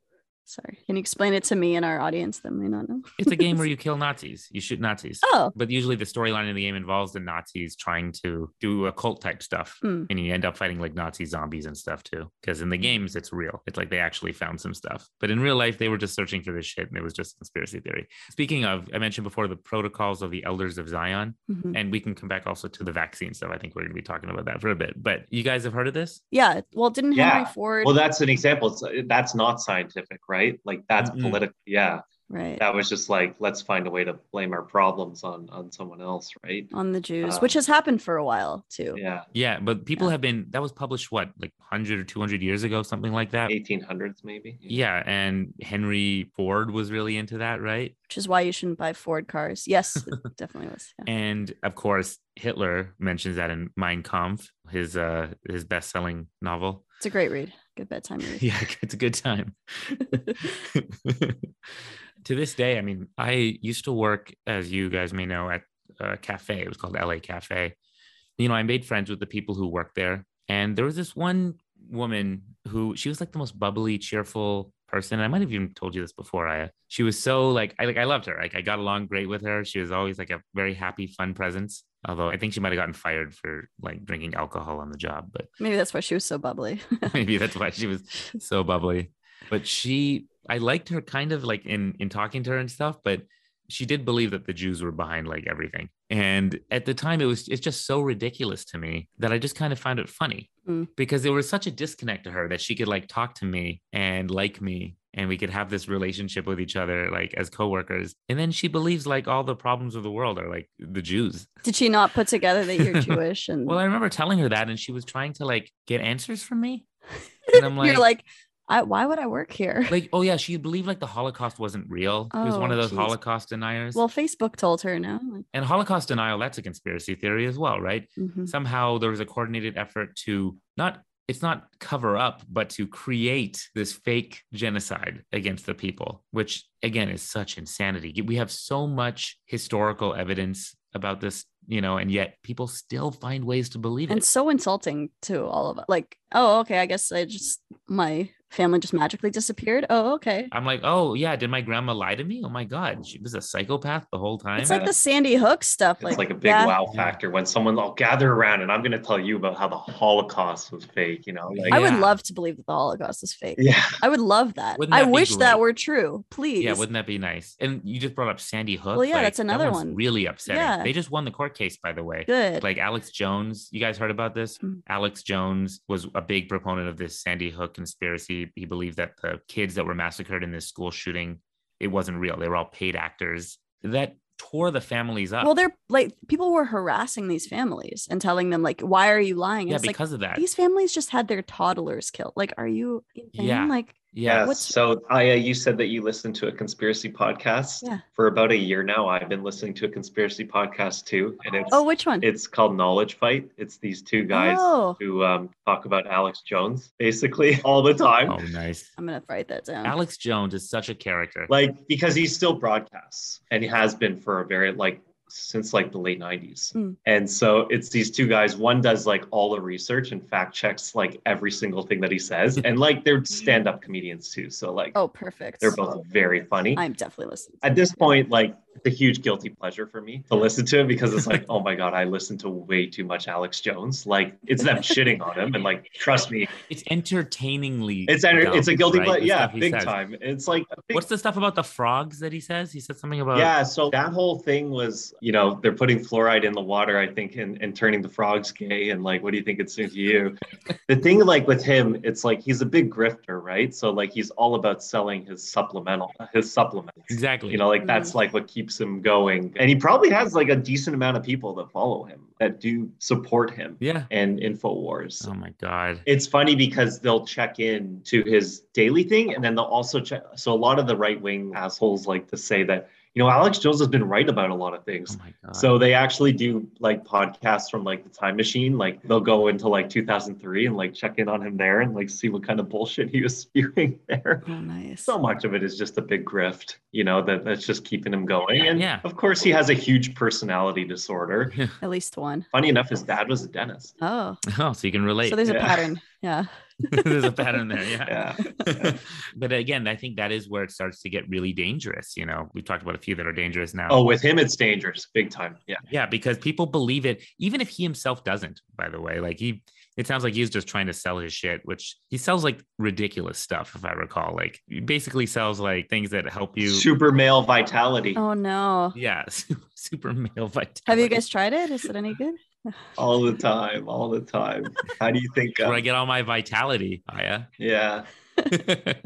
B: Sorry. Can you explain it to me and our audience that may not know?
A: It's a game where you kill Nazis, you shoot Nazis.
B: Oh,
A: But usually the storyline in the game involves the Nazis trying to do occult type stuff.
B: Hmm.
A: And you end up fighting like Nazi zombies and stuff too. Because in the games, it's real. It's like they actually found some stuff. But in real life, they were just searching for this shit and it was just conspiracy theory. Speaking of, I mentioned before the protocols of the elders of Zion.
B: Mhm.
A: And we can come back also to the vaccine stuff. I think we're going to be talking about that for a bit. But you guys have heard of this?
B: yeah. Well, didn't Henry
C: Yeah.
B: Ford?
C: Well, that's an example. It's, that's not scientific, right? Like that's
A: Mm-mm.
C: political. Yeah,
B: right.
C: that was just like let's find a way to blame our problems on on someone else, right?
B: On the Jews,
C: Um,
B: which has happened for a while too.
C: Yeah,
A: Yeah, but people
B: Yeah.
A: have been that was published what like 100 or 200 years ago, something like that.
C: 1800s maybe.
A: Yeah, and Henry Ford was really into that, right?
B: Which is why you shouldn't buy Ford cars. Yes, it definitely was. Yeah.
A: And of course, Hitler mentions that in Mein Kampf, his uh his best-selling novel.
B: It's a great read. Good bedtime read.
A: Yeah, it's a good time. to this day, I mean, I used to work as you guys may know at a cafe. It was called LA Cafe. You know, I made friends with the people who worked there, and there was this one woman who she was like the most bubbly, cheerful person. I might have even told you this before. I she was so like I like I loved her. Like I got along great with her. She was always like a very happy, fun presence. Although I think she might have gotten fired for like drinking alcohol on the job, but
B: Maybe that's why she was so bubbly.
A: maybe that's why she was so bubbly but she i liked her kind of like in in talking to her and stuff but she did believe that the jews were behind like everything and at the time it was it's just so ridiculous to me that i just kind of found it funny
B: Mm.
A: because there was such a disconnect to her that she could like talk to me and like me and we could have this relationship with each other like as coworkers and then she believes like all the problems of the world are like the jews
B: Did she not put together that you're Jewish? And
A: well i remember telling her that and she was trying to like get answers from me and I'm
B: you're
A: like-
B: like, I, why would I work here?
A: like oh yeah she believed like the holocaust wasn't real it was one
B: Oh,
A: of those
B: geez.
A: holocaust deniers
B: Well, Facebook told her no. Like,
A: and holocaust denial that's a conspiracy theory as well right
B: mhm.
A: somehow there was a coordinated effort to not it's not cover up but to create this fake genocide against the people which again is such insanity we have so much historical evidence about this you know and yet people still find ways to believe
B: And
A: it
B: so insulting to all of us. Like, oh, okay. I guess I just, my family just magically disappeared. Oh, okay.
A: i'm like oh yeah did my grandma lie to me oh my god she was a psychopath the whole time
B: It's like the Sandy Hook stuff.
C: It's like, a big
B: yeah.
C: wow factor when someone will gather around and I'm going to tell you about how the Holocaust was fake, you know? Like,
B: I would
A: Yeah.
B: love to believe that the Holocaust is fake.
C: yeah.
B: I would love that.
A: Wouldn't
B: I
A: that be
B: wish that
A: great?
B: were true. Please.
A: Yeah, wouldn't that be nice? And you just brought up Sandy Hook.
B: Well, yeah,
A: like,
B: that's
A: that
B: another
A: one's
B: one.
A: Really upsetting.
B: Yeah.
A: They just won the court case, by the way.
B: Good.
A: Like Alex Jones, you guys heard about this?
B: Mm.
A: Alex Jones was a big proponent of this Sandy Hook conspiracy. He believed that the kids that were massacred in this school shooting, it wasn't real. They were all paid actors. That tore the families up.
B: well, they're like people were harassing these families and telling them like, "Why are you lying?" And
A: yeah,
B: it's like
A: because of that.
B: these families just had their toddlers killed. Like, are you insane?
A: Yeah.
B: Like,
A: Yeah.
B: what's-
C: so, Aya, you said that you listened to a conspiracy podcast
B: Yeah.
C: for about a year now. I've been listening to a conspiracy podcast too, and it's
B: oh, which one?
C: it's called Knowledge Fight. It's these two guys
B: Oh,
C: who um, talk about Alex Jones basically all the time.
A: Oh, nice.
B: I'm gonna write that down.
A: Alex Jones is such a character.
C: like because he still broadcasts and he has been for a very like since like the late 90s
B: Mm.
C: and so it's these two guys one does like all the research and fact checks like every single thing that he says and like they're stand-up comedians too so like
B: oh, perfect.
C: they're both very funny
B: I'm definitely listening.
C: at this point like it's a huge guilty pleasure for me to listen to it because it's like oh my god i listen to way too much alex jones like it's them shitting on him and like trust me
A: it's entertainingly.
C: it's enter- it's a
A: dumb,
C: guilty
A: right?
C: ple-
A: The
C: yeah
A: stuff he
C: big
A: says.
C: time it's like a big
A: What's the stuff about the frogs that he says? He said something about
C: yeah, so that whole thing was, you know, they're putting fluoride in the water, I think, and, and turning the frogs gay. And like, what do you think it's doing to you? the thing, like, with him, it's like he's a big grifter, right? So, like, he's all about selling his supplemental, his supplements.
A: exactly.
C: You know, like, that's like what keeps him going. And he probably has like a decent amount of people that follow him that do support him
A: Yeah.
C: and InfoWars.
A: Oh my God.
C: It's funny because they'll check in to his daily thing, and then they'll also check. So a lot of the right wing assholes like to say that you know Alex Jones has been right about a lot of
A: Oh
C: things.
A: my God.
C: So they actually do like podcasts from like the time machine. Like they'll go into like 2003 and like check in on him there and like see what kind of bullshit he was spewing there.
B: Oh, nice.
C: So much of it is just a big grift, you know, that that's just keeping him going. And
A: Yeah.
C: of course, he has a huge personality disorder.
B: At least one.
C: Funny enough, his dad was a dentist.
B: Oh,
A: oh, so you can relate.
B: so there's a
C: Yeah.
B: pattern. Yeah.
A: There's a pattern there. Yeah.
C: Yeah.
A: but again, I think that is where it starts to get really dangerous. You know, we've talked about a few that are dangerous now.
C: Oh, with him, it's dangerous, big time. Yeah.
A: Yeah, because people believe it, even if he himself doesn't, by the way. Like he it sounds like he's just trying to sell his shit, which he sells like ridiculous stuff, if I recall. Like he basically sells like things that help you.
C: Super male vitality.
B: Oh no.
A: Yeah. Super male vitality.
B: Have you guys tried it? Is it any good?
C: all the time, all the time. How do you think?
A: Where I
C: Uh,
A: get all my vitality, Aya.
C: yeah,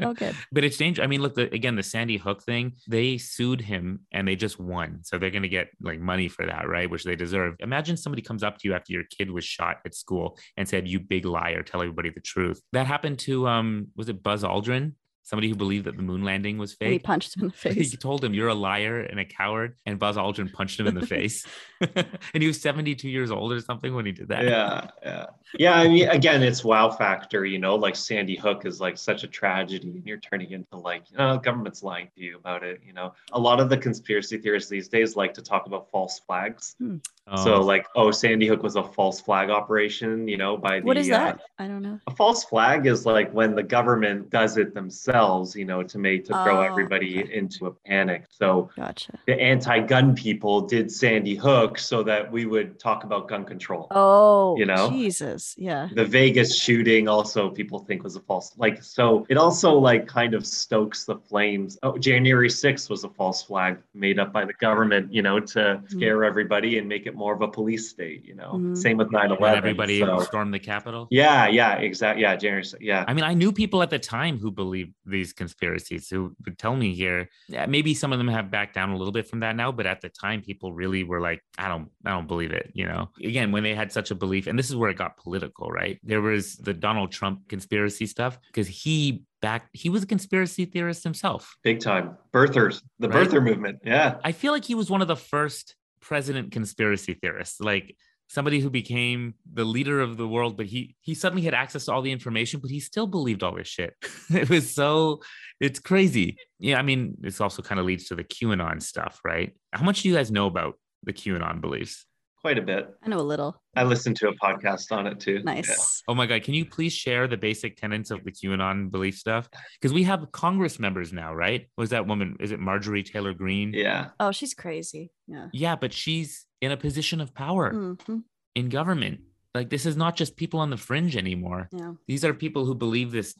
B: Oh good.
A: but it's dangerous. I mean, look, the, again, the Sandy Hook thing, they sued him and they just won. So they're going to get like money for that, right? Which they deserve. Imagine somebody comes up to you after your kid was shot at school and said, You big liar, tell everybody the truth. That happened to, um, was it Buzz Aldrin? Somebody who believed that the moon landing was
B: And he
A: fake.
B: punched him in the
A: He
B: face.
A: told him, You're a liar and a coward. And Buzz Aldrin punched him in the face. and he was 72 years old or something when he did that.
C: yeah, yeah, yeah. I mean, again, it's wow factor. You know, like Sandy Hook is like such a tragedy, and you're turning into like, you know, government's lying to you about it. You know, a lot of the conspiracy theorists these days like to talk about false flags.
A: Oh,
C: So, like, oh, Sandy Hook was a false flag operation. You know, by the
B: What is
C: uh,
B: that? I don't know.
C: a false flag is like when the government does it themselves, you know, to make to throw
B: Oh,
C: everybody
B: okay.
C: into a panic. So
B: Gotcha.
C: the anti-gun people did Sandy Hook so that we would talk about gun control.
B: Oh
C: You know?
B: Jesus. Yeah.
C: The Vegas shooting also people think was a false like so it also like kind of stokes the flames. Oh, January 6th was a false flag made up by the government, you know, to scare everybody and make it more of a police state, you know.
B: Mhm.
C: Same with 9/11.
A: when everybody
C: so-
A: stormed the Capitol.
C: Yeah, yeah, exactly. Yeah, January 6th, yeah.
A: I mean, I knew people at the time who believed these conspiracies who would tell me here. yeah, Maybe some of them have backed down a little bit from that now, but at the time, people really were like, "I don't, I don't believe it." You know, again, when they had such a belief, and this is where it got political, right? There was the Donald Trump conspiracy stuff because he backed. He was a conspiracy theorist himself.
C: Big time. Birthers, the
A: Right?
C: birther movement. Yeah.
A: I feel like he was one of the first president conspiracy theorists, like somebody who became the leader of the world, but he he suddenly had access to all the information, but he still believed all this shit. it was so it's crazy. Yeah, I mean, this also kind of leads to the QAnon stuff, right? How much do you guys know about the QAnon beliefs?
C: Quite a bit.
B: I know a little.
C: I listened to a podcast on it too. Yeah.
B: Nice.
A: Oh my God, can you please share the basic tenets of the QAnon belief stuff? Because we have Congress members now, right? Was that woman? Is it Marjorie Taylor Greene?
C: Yeah.
B: Oh, she's crazy. Yeah.
A: Yeah, but she's in a position of power.
B: Mhm.
A: in government. Like this is not just people on the fringe anymore.
B: Yeah.
A: These are people who believe this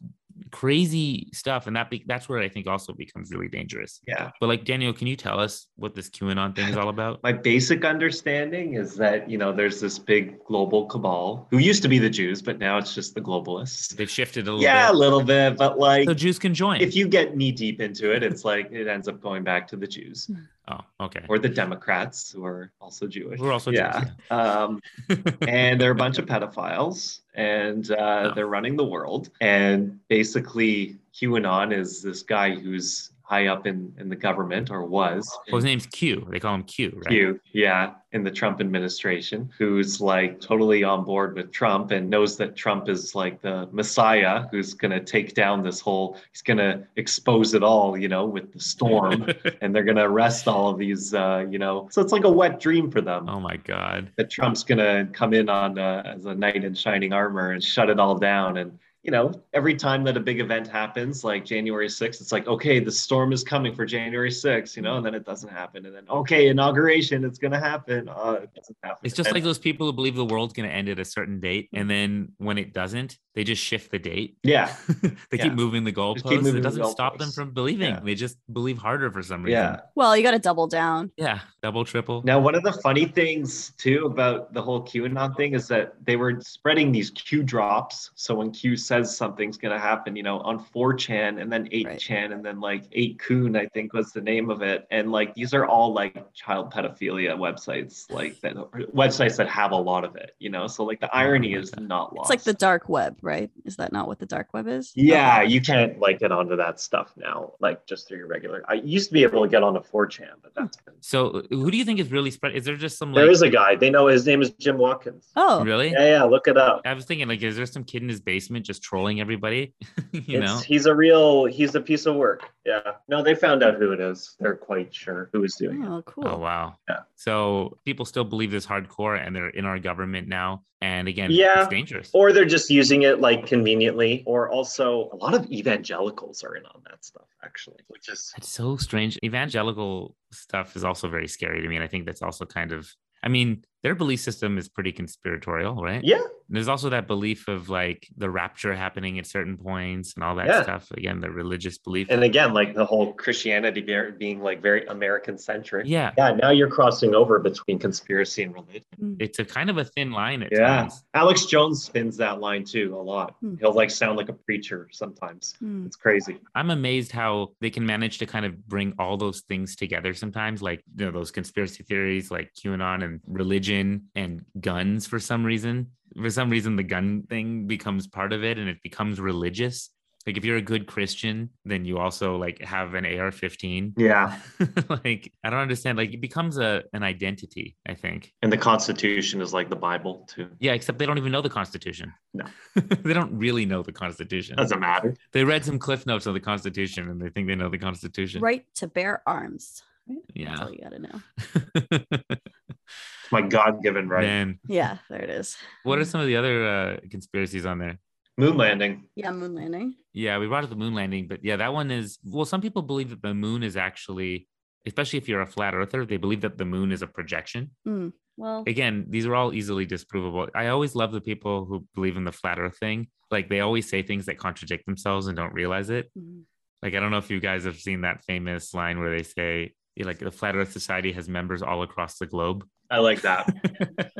A: crazy stuff, and that be- that's where I think also becomes really dangerous.
C: Yeah.
A: But like Daniel, can you tell us what this QAnon thing is all about?
C: My basic understanding is that, you know, there's this big global cabal who used to be the Jews, but now it's just the globalists.
A: They've shifted a little
C: Yeah, a
A: bit,
C: little bit, but like
A: so Jews can join.
C: if you get knee deep into it, it's like it ends up going back to the Jews
A: oh, okay.
C: or the Democrats who are also Jewish.
A: We're also
C: yeah.
A: Jews.
C: Um,
A: yeah.
C: and they're a bunch of pedophiles and uh,
A: Oh.
C: they're running the world and basically qanon is this guy who's high up in, in the government or was
A: well, his name's Q. They call him Q, right?
C: Q, yeah, in the Trump administration, who's like totally on board with Trump and knows that Trump is like the messiah who's going to take down this whole, he's going to expose it all, you know, with the storm and they're going to arrest all of these, uh, you know. So it's like a wet dream for them
A: oh my God.
C: that Trump's going to come in on uh, as a knight in shining armor and shut it all down. And you know, every time that a big event happens, like January 6th, it's like, okay, the storm is coming for January 6th, you know, and then it doesn't happen. And then, okay, inauguration, it's going to happen. Uh, it doesn't happen.
A: It's just
C: And-
A: like those people who believe the world's going to end at a certain date, and then when it doesn't, they just shift the date.
C: yeah,
A: they
C: Yeah.
A: keep moving the goalposts.
C: moving the
A: it doesn't stop them
C: goalposts.
A: from believing.
C: Yeah.
A: They just believe harder for some reason.
C: yeah.
B: Well, you got to double down.
A: Yeah. Double, triple.
C: Now, one of the funny things too about the whole QAnon thing is that they were spreading these Q drops. So when Q says something's going to happen, you know, on 4chan and then 8chan and then like 8kun, I think was the name of it. And like these are all like child pedophilia websites, like that websites that have a lot of it, you know. So like the irony is not
B: It's
C: lost.
B: like the dark web, right? Is that not what the dark web is?
C: yeah, you can't like get onto that stuff now, like just through your regular. I used to be able to get onto 4chan, but that's been.
A: So who do you think is really spread? Is there just some like
C: There is a guy. They know his name is Jim Watkins.
B: Oh,
A: really?
C: Yeah, yeah, look it up.
A: I was thinking like, is there some kid in his basement just just trolling everybody. you
C: It's-
A: know,
C: he's a real he's a piece of work. Yeah. No, they found out who it is. They're quite sure who is doing it.
B: Oh, cool.
A: Oh wow.
C: Yeah.
A: So people still believe this hardcore and they're in our government now. And again,
C: Yeah.
A: it's dangerous.
C: Or they're just using it like conveniently. Or also a lot of evangelicals are in on that stuff, actually, which is
A: it's so strange. Evangelical stuff is also very scary to me. And I think that's also kind of I mean, their belief system is pretty conspiratorial, right?
C: yeah,
A: There's also that belief of like the rapture happening at certain points and all that
C: Yeah.
A: stuff. Again, the religious belief.
C: and again, like the whole Christianity be- being like very American centric.
A: yeah.
C: Yeah, now you're crossing over between conspiracy and religion.
B: Mm.
A: It's a kind of a thin line at
C: Yeah.
A: times.
C: Alex Jones spins that line too a lot.
B: Hmm.
C: He'll like sound like a preacher sometimes.
B: Mm.
C: It's crazy.
A: I'm amazed how they can manage to kind of bring all those things together sometimes, like you know, those conspiracy theories like QAnon and religion and guns for some reason. For some reason, the gun thing becomes part of it and it becomes religious. Like if you're a good Christian, then you also like have an AR-15.
C: Yeah.
A: like I don't understand. Like it becomes a an identity, I think.
C: And the Constitution is like the Bible too.
A: Yeah, except they don't even know the Constitution.
C: No.
A: they don't really know the Constitution.
C: Doesn't matter.
A: They read some cliff notes on the Constitution and they think they know the Constitution.
B: Right to bear arms. Right? That's
A: Yeah.
B: all you got to know.
C: It's my God given right.
A: Man,
B: Yeah, there it is.
A: what are some of the other uh, conspiracies on there?
C: Moon landing.
B: Yeah, moon landing.
A: Yeah, we brought up the moon landing, but yeah, that one is well, some people believe that the moon is actually, especially if you're a flat earther, they believe that the moon is a projection.
B: Mm. Well,
A: Again, these are all easily disprovable. I always love the people who believe in the flat earth thing. Like they always say things that contradict themselves and don't realize it.
B: mm.
A: Like I don't know if you guys have seen that famous line where they say, yeah, like the Flat Earth Society has members all across the globe.
C: I like that.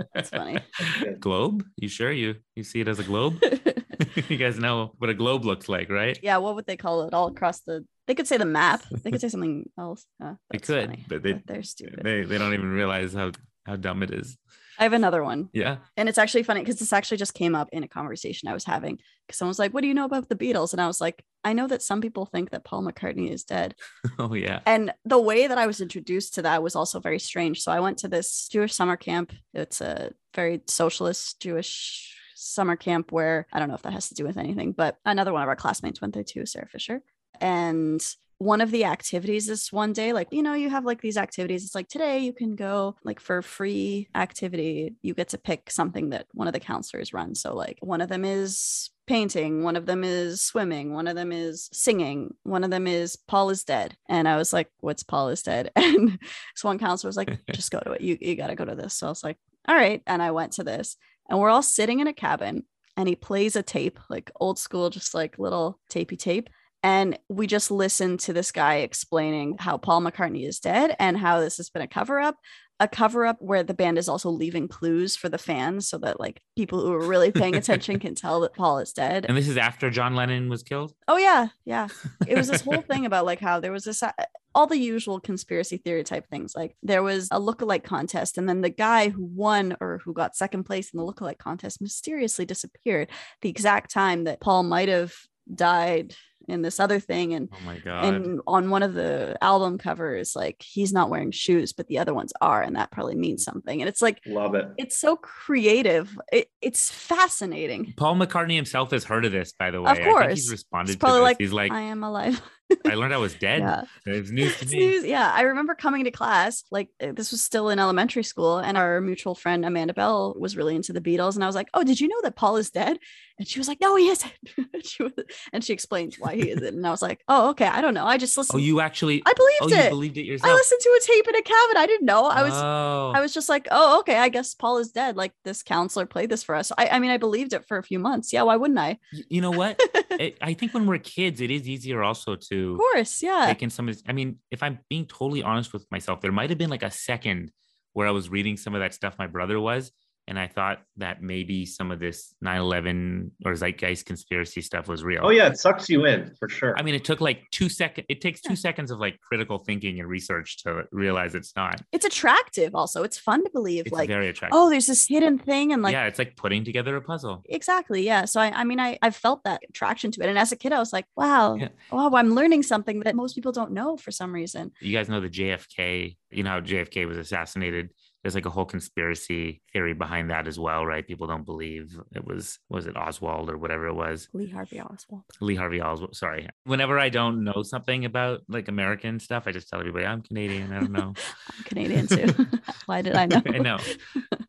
B: That's funny.
C: good.
A: globe? You sure you you see it as a globe?
B: mm.
A: you guys know what a globe looks like, right?
B: yeah, what would they call it? All across the. They could say the map. They could say something else. Uh,
A: They
B: that's
A: could,
B: funny,
A: but they-
B: they're stupid.
A: They they don't even realize how how dumb it is.
B: I have another one.
A: Yeah.
B: And it's actually funny because this actually just came up in a conversation I was having because someone was like, What do you know about the Beatles? And I was like, I know that some people think that Paul McCartney is dead.
A: Oh yeah.
B: And the way that I was introduced to that was also very strange. So I went to this Jewish summer camp. It's a very socialist Jewish summer camp where I don't know if that has to do with anything, but another one of our classmates went there too, Sarah Fisher. And one of the activities this one day, like, you know, you have like these activities. It's like today you can go like for a free activity, you get to pick something that one of the counselors runs. So, like, one of them is painting, one of them is swimming, one of them is singing, one of them is Paul is dead. And I was like, what's Paul is dead? And so one counselor was like, just go to it. You, you got to go to this. So I was like, all right. And I went to this and we're all sitting in a cabin and he plays a tape, like old school, just like little tapey tape and we just listened to this guy explaining how Paul McCartney is dead and how this has been a cover up, a cover up where the band is also leaving clues for the fans so that like people who are really paying attention can tell that Paul is dead.
A: And this is after John Lennon was killed.
B: oh yeah, yeah. It was this whole thing about like how there was this uh, all the usual conspiracy theory type things. Like there was a lookalike contest, and then the guy who won or who got second place in the lookalike contest mysteriously disappeared the exact time that Paul might have died in this other thing and
A: Oh my god.
B: and on one of the album covers like he's not wearing shoes but the other ones are and that probably means something and it's like
C: Love it.
B: it's so creative it, it's fascinating
A: Paul McCartney himself has heard of this, by the way. I think
B: course.
A: he's responded
B: He's
A: to
B: probably
A: this.
B: like,
A: he's like,
B: i am alive
A: I learned I was dead.
B: yeah
A: It's news to
B: It's
A: me.
B: news. yeah i remember coming to class like uh, this was still in elementary school and our mutual friend amanda bell was really into the beatles and i was like oh did you know that paul is dead and she was like no he isn't and she was and she explained why he isn't and i was like oh okay i don't know i just listened
A: Oh, you actually
B: i
A: Oh,
B: believed
A: you
B: it
A: believed it
B: I
A: yourself.
B: listened to a tape in a cabin. I didn't know. I was
A: oh.
B: I was just like, oh, okay, I guess Paul is dead. Like this counselor played this for us. I, I mean, I believed it for a few months. Yeah, why wouldn't I?
A: Y- you know what? I- I think when we're kids, it is easier also to
B: Of course, yeah.
A: taken some of this. I mean, if I'm being totally honest with myself, there might have been like a second where I was reading some of that stuff my brother was. And I thought that maybe some of this 9 11 or Zeitgeist conspiracy stuff was real.
C: Oh yeah, it sucks you in for sure.
A: I mean, it took like two seconds. It takes two
B: Yeah.
A: seconds of like critical thinking and research to realize it's not.
B: It's attractive also. It's fun to believe
A: It's
B: like,
A: very attractive.
B: oh, there's this hidden thing and like
A: yeah, it's like putting together a puzzle.
B: Exactly. Yeah. So I, I mean, I, I felt that attraction to it. And as a kid, I was like, wow,
A: Yeah.
B: wow, I'm learning something that most people don't know for some reason.
A: You guys know the JFK, you know how JFK was assassinated. there's like a whole conspiracy theory behind that as well, right? People don't believe it was was it Oswald or whatever it was.
B: Lee Harvey Oswald.
A: Lee Harvey Oswald. Sorry. Whenever I don't know something about like American stuff, I just tell everybody I'm Canadian. I don't know.
B: I'm Canadian too. Why did I know?
A: I know.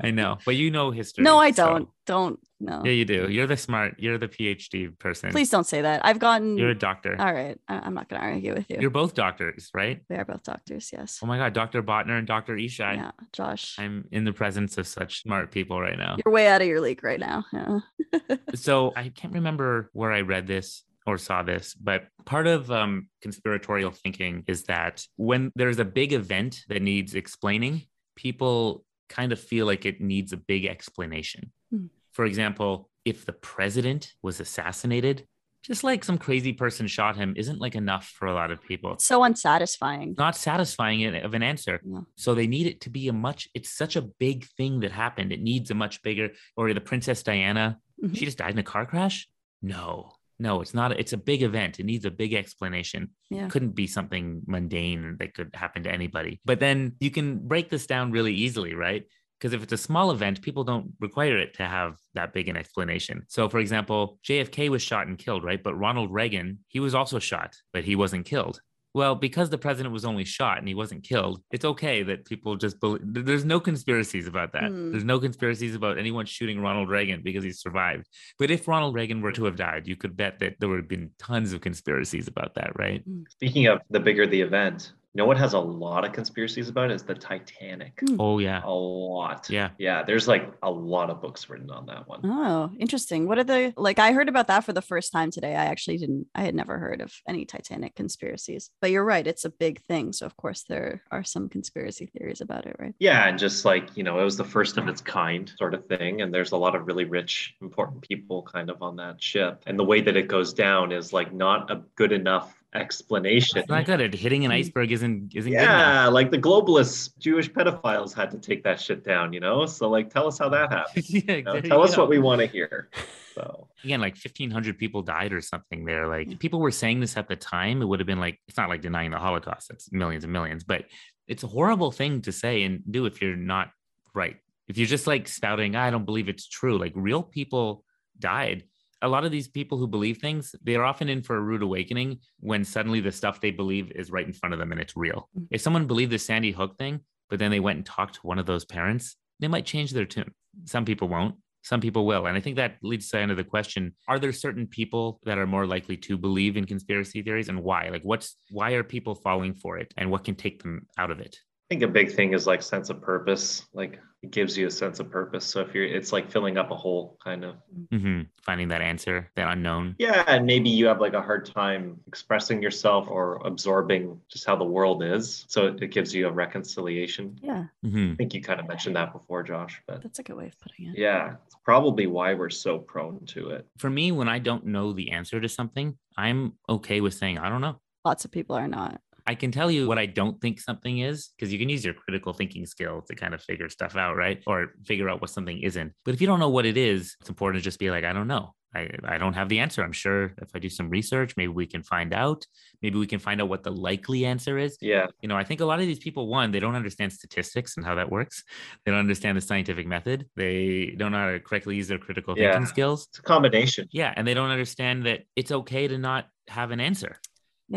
A: I know. But you know history.
B: No, I
A: so-
B: don't. Don't. No.
A: Yeah, you do. You're the smart. You're the PhD person.
B: Please don't say that. I've gotten.
A: You're a doctor.
B: Mm. All right. I- I'm not going to argue with you.
A: You're both doctors, right?
B: we are both doctors. Yes.
A: Oh my God, Dr. Botner and Dr. Ishai.
B: yeah. Josh,
A: I'm in the presence of such smart people right now.
B: you're way out of your league right now.
A: Oh.
B: Yeah.
A: so I can't remember where I read this or saw this, but part of um, conspiratorial thinking is that when there's a big event that needs explaining, people kind of feel like it needs a big explanation.
B: Hmm.
A: For example, if the president was assassinated, just like some crazy person shot him, isn't like enough for a lot of people.
B: It's so unsatisfying.
A: not satisfying it of an answer.
B: No.
A: So they need it to be a much, it's such a big thing that happened. It needs a much bigger, or the Princess Diana,
B: Mhm.
A: she just died in a car crash? No, no, it's not. It's a big event. It needs a big explanation.
B: Yeah.
A: Couldn't be something mundane that could happen to anybody. But then you can break this down really easily, right? Because if it's a small event, people don't require it to have that big an explanation. So, for example, JFK was shot and killed, right? But Ronald Reagan, he was also shot, but he wasn't killed. Well, because the president was only shot and he wasn't killed, it's okay that people just believe. There's no conspiracies about that.
B: Hmm.
A: There's no conspiracies about anyone shooting Ronald Reagan because he survived. But if Ronald Reagan were to have died, you could bet that there would have been tons of conspiracies about that, right?
C: Speaking of the bigger the event, you know what has a lot of conspiracies about is the Titanic.
B: Hmm.
A: Oh, yeah.
C: A lot.
A: Yeah.
C: Yeah, there's like a lot of books written on that one.
B: Oh, interesting. What are the like? I heard about that for the first time today. I actually didn't, I had never heard of any Titanic conspiracies, but you're right. It's a big thing. So, of course, there are some conspiracy theories about it, right?
C: Yeah, and just like, you know, it was the first of its kind sort of thing. And there's a lot of really rich, important people kind of on that ship. And the way that it goes down is like not a good enough explanation.
A: It's not good. It- Hitting an iceberg isn't isn't good enough.
C: Hmm. Yeah, like the globalists, Jewish pedophiles had to take that shit down, you know? So, like, tell us how that happened.
A: yeah,
C: you know?
A: there
C: Tell
A: you
C: us
A: go.
C: what we want to hear. So,
A: again like 1500 people died or something there like
B: Yeah.
A: people were saying this at the time it would have been like it's not like denying the holocaust that's millions and millions but it's a horrible thing to say and do if you're not right if you're just like spouting i don't believe it's true like real people died a lot of these people who believe things they're often in for a rude awakening when suddenly the stuff they believe is right in front of them and it's real
B: Mhm.
A: if someone believed the sandy hook thing but then they went and talked to one of those parents they might change their tune some people won't some people will and i think that leads to into the question are there certain people that are more likely to believe in conspiracy theories and why like what's why are people falling for it and what can take them out of it
C: I think a big thing is like sense of purpose. Like it gives you a sense of purpose. So if you're, it's like filling up a hole, kind of.
A: hmm finding that answer that unknown
C: Yeah, and maybe you have like a hard time expressing yourself or absorbing just how the world is. So it, it gives you a reconciliation.
B: Yeah.
A: hmm
C: I think you kind of mentioned that before, Josh. But
B: That's a good way of putting it.
C: yeah, it's probably why we're so prone to it.
A: for me when i don't know the answer to something i'm okay with saying i don't know
B: Lots of people are not.
A: I can tell you what
C: Mm.
A: I don't think something is because you can use your critical thinking skill to kind of figure stuff out, right? Or figure out what something isn't. But if you don't know what it is, it's important to just be like, I don't know. I, I don't have the answer. I'm sure if I do some research, maybe we can find out. Maybe we can find out what the likely answer is.
C: Yeah,
A: You know, I think a lot of these people, one, they don't understand statistics and how that works. They don't understand the scientific method. They don't know how to correctly use their critical
C: Yeah.
A: thinking skills.
C: it's a combination.
A: Yeah. And they don't understand that it's okay to not have an answer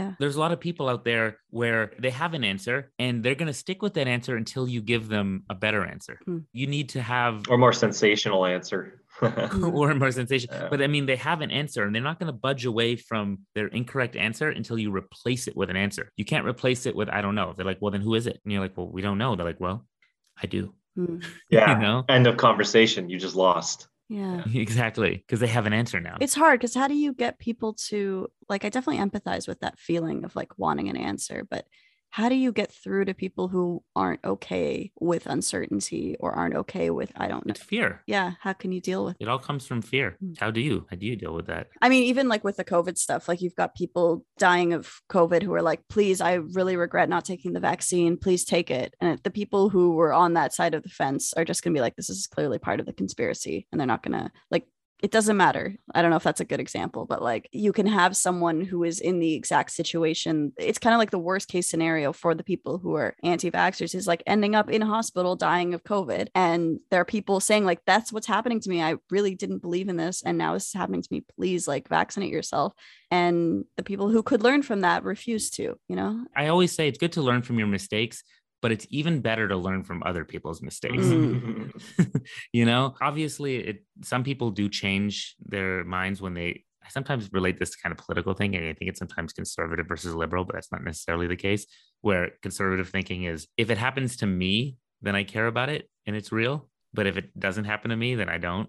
B: Yeah.
A: there's a lot of people out there where they have an answer and they're going to stick with that answer until you give them a better answer.
B: Hmm.
A: You need to have
C: Or more sensational answer.
B: Mm.
A: or more sensation.
C: Yeah.
A: But I mean, they have an answer and they're not going to budge away from their incorrect answer until you replace it with an answer. You can't replace it with, I don't know. They're like, well, then who is it? And you're like, well, we don't know. They're like, well, I do.
B: Mm.
C: yeah.
A: You know?
C: End of conversation. You just lost.
B: Yeah.
A: exactly. Because they have an answer now.
B: It's hard because how do you get people to like? I definitely empathize with that feeling of like wanting an answer, but how do you get through to people who aren't okay with uncertainty or aren't okay with, I don't know?
A: It's fear.
B: Yeah. How can you deal with?
A: It all comes from fear.
B: Hmm.
A: How do you? How do you deal with that?
B: I mean, even like with the COVID stuff, like you've got people dying of COVID who are like, please, I really regret not taking the vaccine. Please take it. And the people who were on that side of the fence are just going to be like, this is clearly part of the conspiracy. And they're not going to like, it doesn't matter. I don't know if that's a good example, but like you can have someone who is in the exact situation. It's kind of like the worst case scenario for the people who are anti vaxxers is like ending up in a hospital dying of COVID. And there are people saying, like, that's what's happening to me. I really didn't believe in this. And now this is happening to me. Please, like, vaccinate yourself. And the people who could learn from that refuse to, you know?
A: I always say it's good to learn from your mistakes but it's even better to learn from other people's mistakes.
B: Mm-hmm.
C: Mm.
A: you know, obviously, it, some people do change their minds when they. I sometimes relate this to kind of political thing, and I think it's sometimes conservative versus liberal, but that's not necessarily the case. Where conservative thinking is, if it happens to me, then I care about it and it's real. But if it doesn't happen to me, then I don't.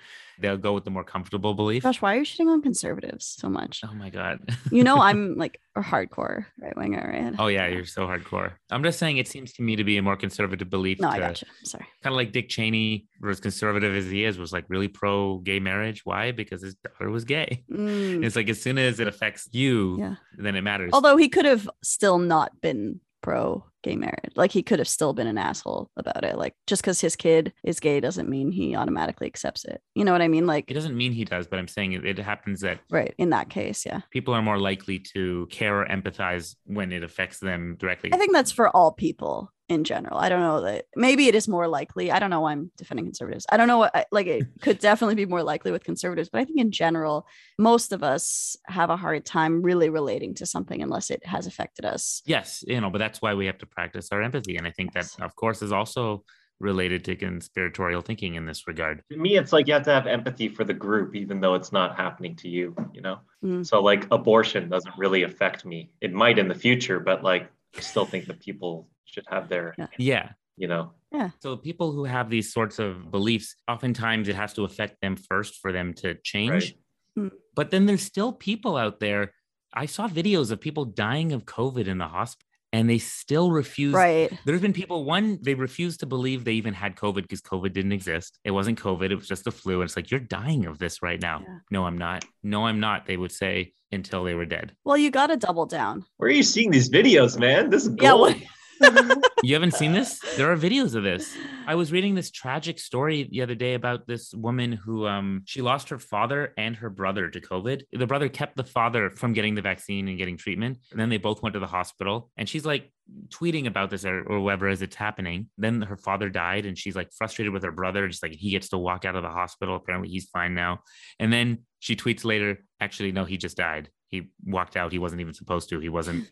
A: They'll go with the more comfortable belief.
B: Gosh, why are you shitting on conservatives so much?
A: Oh my god!
B: You know, I'm like a hardcore right winger, right?
A: Oh yeah, you're so hardcore. I'm just saying, it seems to me to be a more conservative belief.
B: No,
A: to,
B: I gotcha. I'm sorry.
A: kind of like Dick Cheney, or as conservative as he is, was like really pro gay marriage. Why? Because his daughter was gay.
B: Mm.
A: It's like as soon as it affects you,
B: Yeah.
A: then it matters.
B: Although he could have still not been pro gay marriage. Like he could have still been an asshole about it. Like just because his kid is gay doesn't mean he automatically accepts it. You know what I mean? Like,
A: it doesn't mean he does, but I'm saying it, it happens that
B: right. In that case, yeah.
A: people are more likely to care or empathize when it affects them directly.
B: I think that's for all people in general. I don't know that maybe it is more likely. I don't know why I'm defending conservatives. I don't know what, I- like, it could definitely be more likely with conservatives, but I think in general, most of us have a hard time really relating to something unless it has affected us.
A: yes, you know, but that's why we have to practice our empathy, and I think that,
B: Yes.
A: of course, is also related to conspiratorial thinking in this regard.
C: To me, it's like you have to have empathy for the group, even though it's not happening to you, you know?
B: Mm.
C: So, like, abortion doesn't really affect me. It might in the future, but like, I still think that people should have their,
B: Yeah.
A: Yeah.
C: you know,
A: So people who have these sorts of beliefs, oftentimes it has to affect them first for them to change.
B: Mm.
A: But then there's still people out there. I saw videos of people dying of COVID in the hospital and they still refuse.
B: Right.
A: There's been people, one, they refuse to believe they even had COVID because COVID didn't exist. It wasn't COVID, it was just the flu. And it's like, you're dying of this right now.
B: Yeah.
A: No, I'm not. No, I'm not. They would say until they were dead.
B: Well, you got to double down.
C: where are you seeing these videos, man? This is
B: Yeah,
C: gold.
A: You haven't seen this? There are videos of this. I was reading this tragic story the other day about this woman who um she lost her father and her brother to COVID. The brother kept the father from getting the vaccine and getting treatment. And then they both went to the hospital and she's like tweeting about this or, or whatever as it's happening. Then her father died and she's like frustrated with her brother. Just like he gets to walk out of the hospital. Apparently he's fine now. And then she tweets later, actually, no, he just died. He walked out. He wasn't even supposed to. He wasn't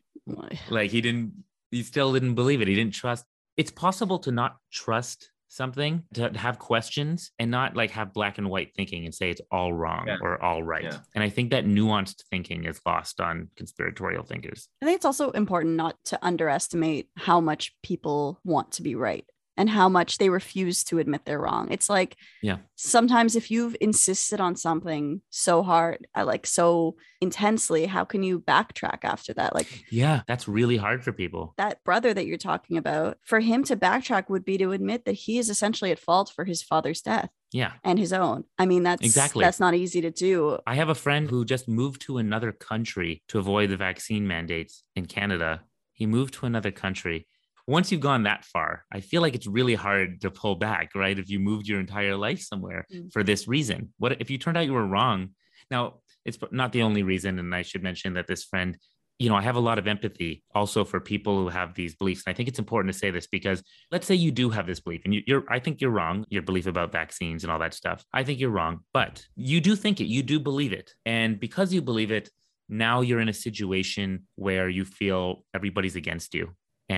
A: like he didn't he still didn't believe it he didn't trust it's possible to not trust something to have questions and not like have black and white thinking and say it's all wrong
C: Yeah.
A: or all right
C: Yeah.
A: and i think that nuanced thinking is lost on conspiratorial thinkers
B: I think it's also important not to underestimate how much people want to be right and how much they refuse to admit they're wrong. It's like,
A: Yeah.
B: sometimes if you've insisted on something so hard, I like so intensely, how can you backtrack after that? Like
A: yeah that's really hard for people
B: that brother that you're talking about, for him to backtrack would be to admit that he is essentially at fault for his father's death
A: yeah
B: and his own. I mean, that's
A: Exactly.
B: that's not easy to do.
A: I have a friend who just moved to another country to avoid the vaccine mandates in Canada. He moved to another country. Once you've gone that far, I feel like it's really hard to pull back, right? If you moved your entire life somewhere
B: Mm.
A: for this reason, what if you turned out you were wrong? Now, it's not the only reason. And I should mention that this friend, you know, I have a lot of empathy also for people who have these beliefs. And I think it's important to say this because let's say you do have this belief and you, you're i think you're wrong your belief about vaccines and all that stuff i think you're wrong but you do think it you do believe it and because you believe it now you're in a situation where you feel everybody's against you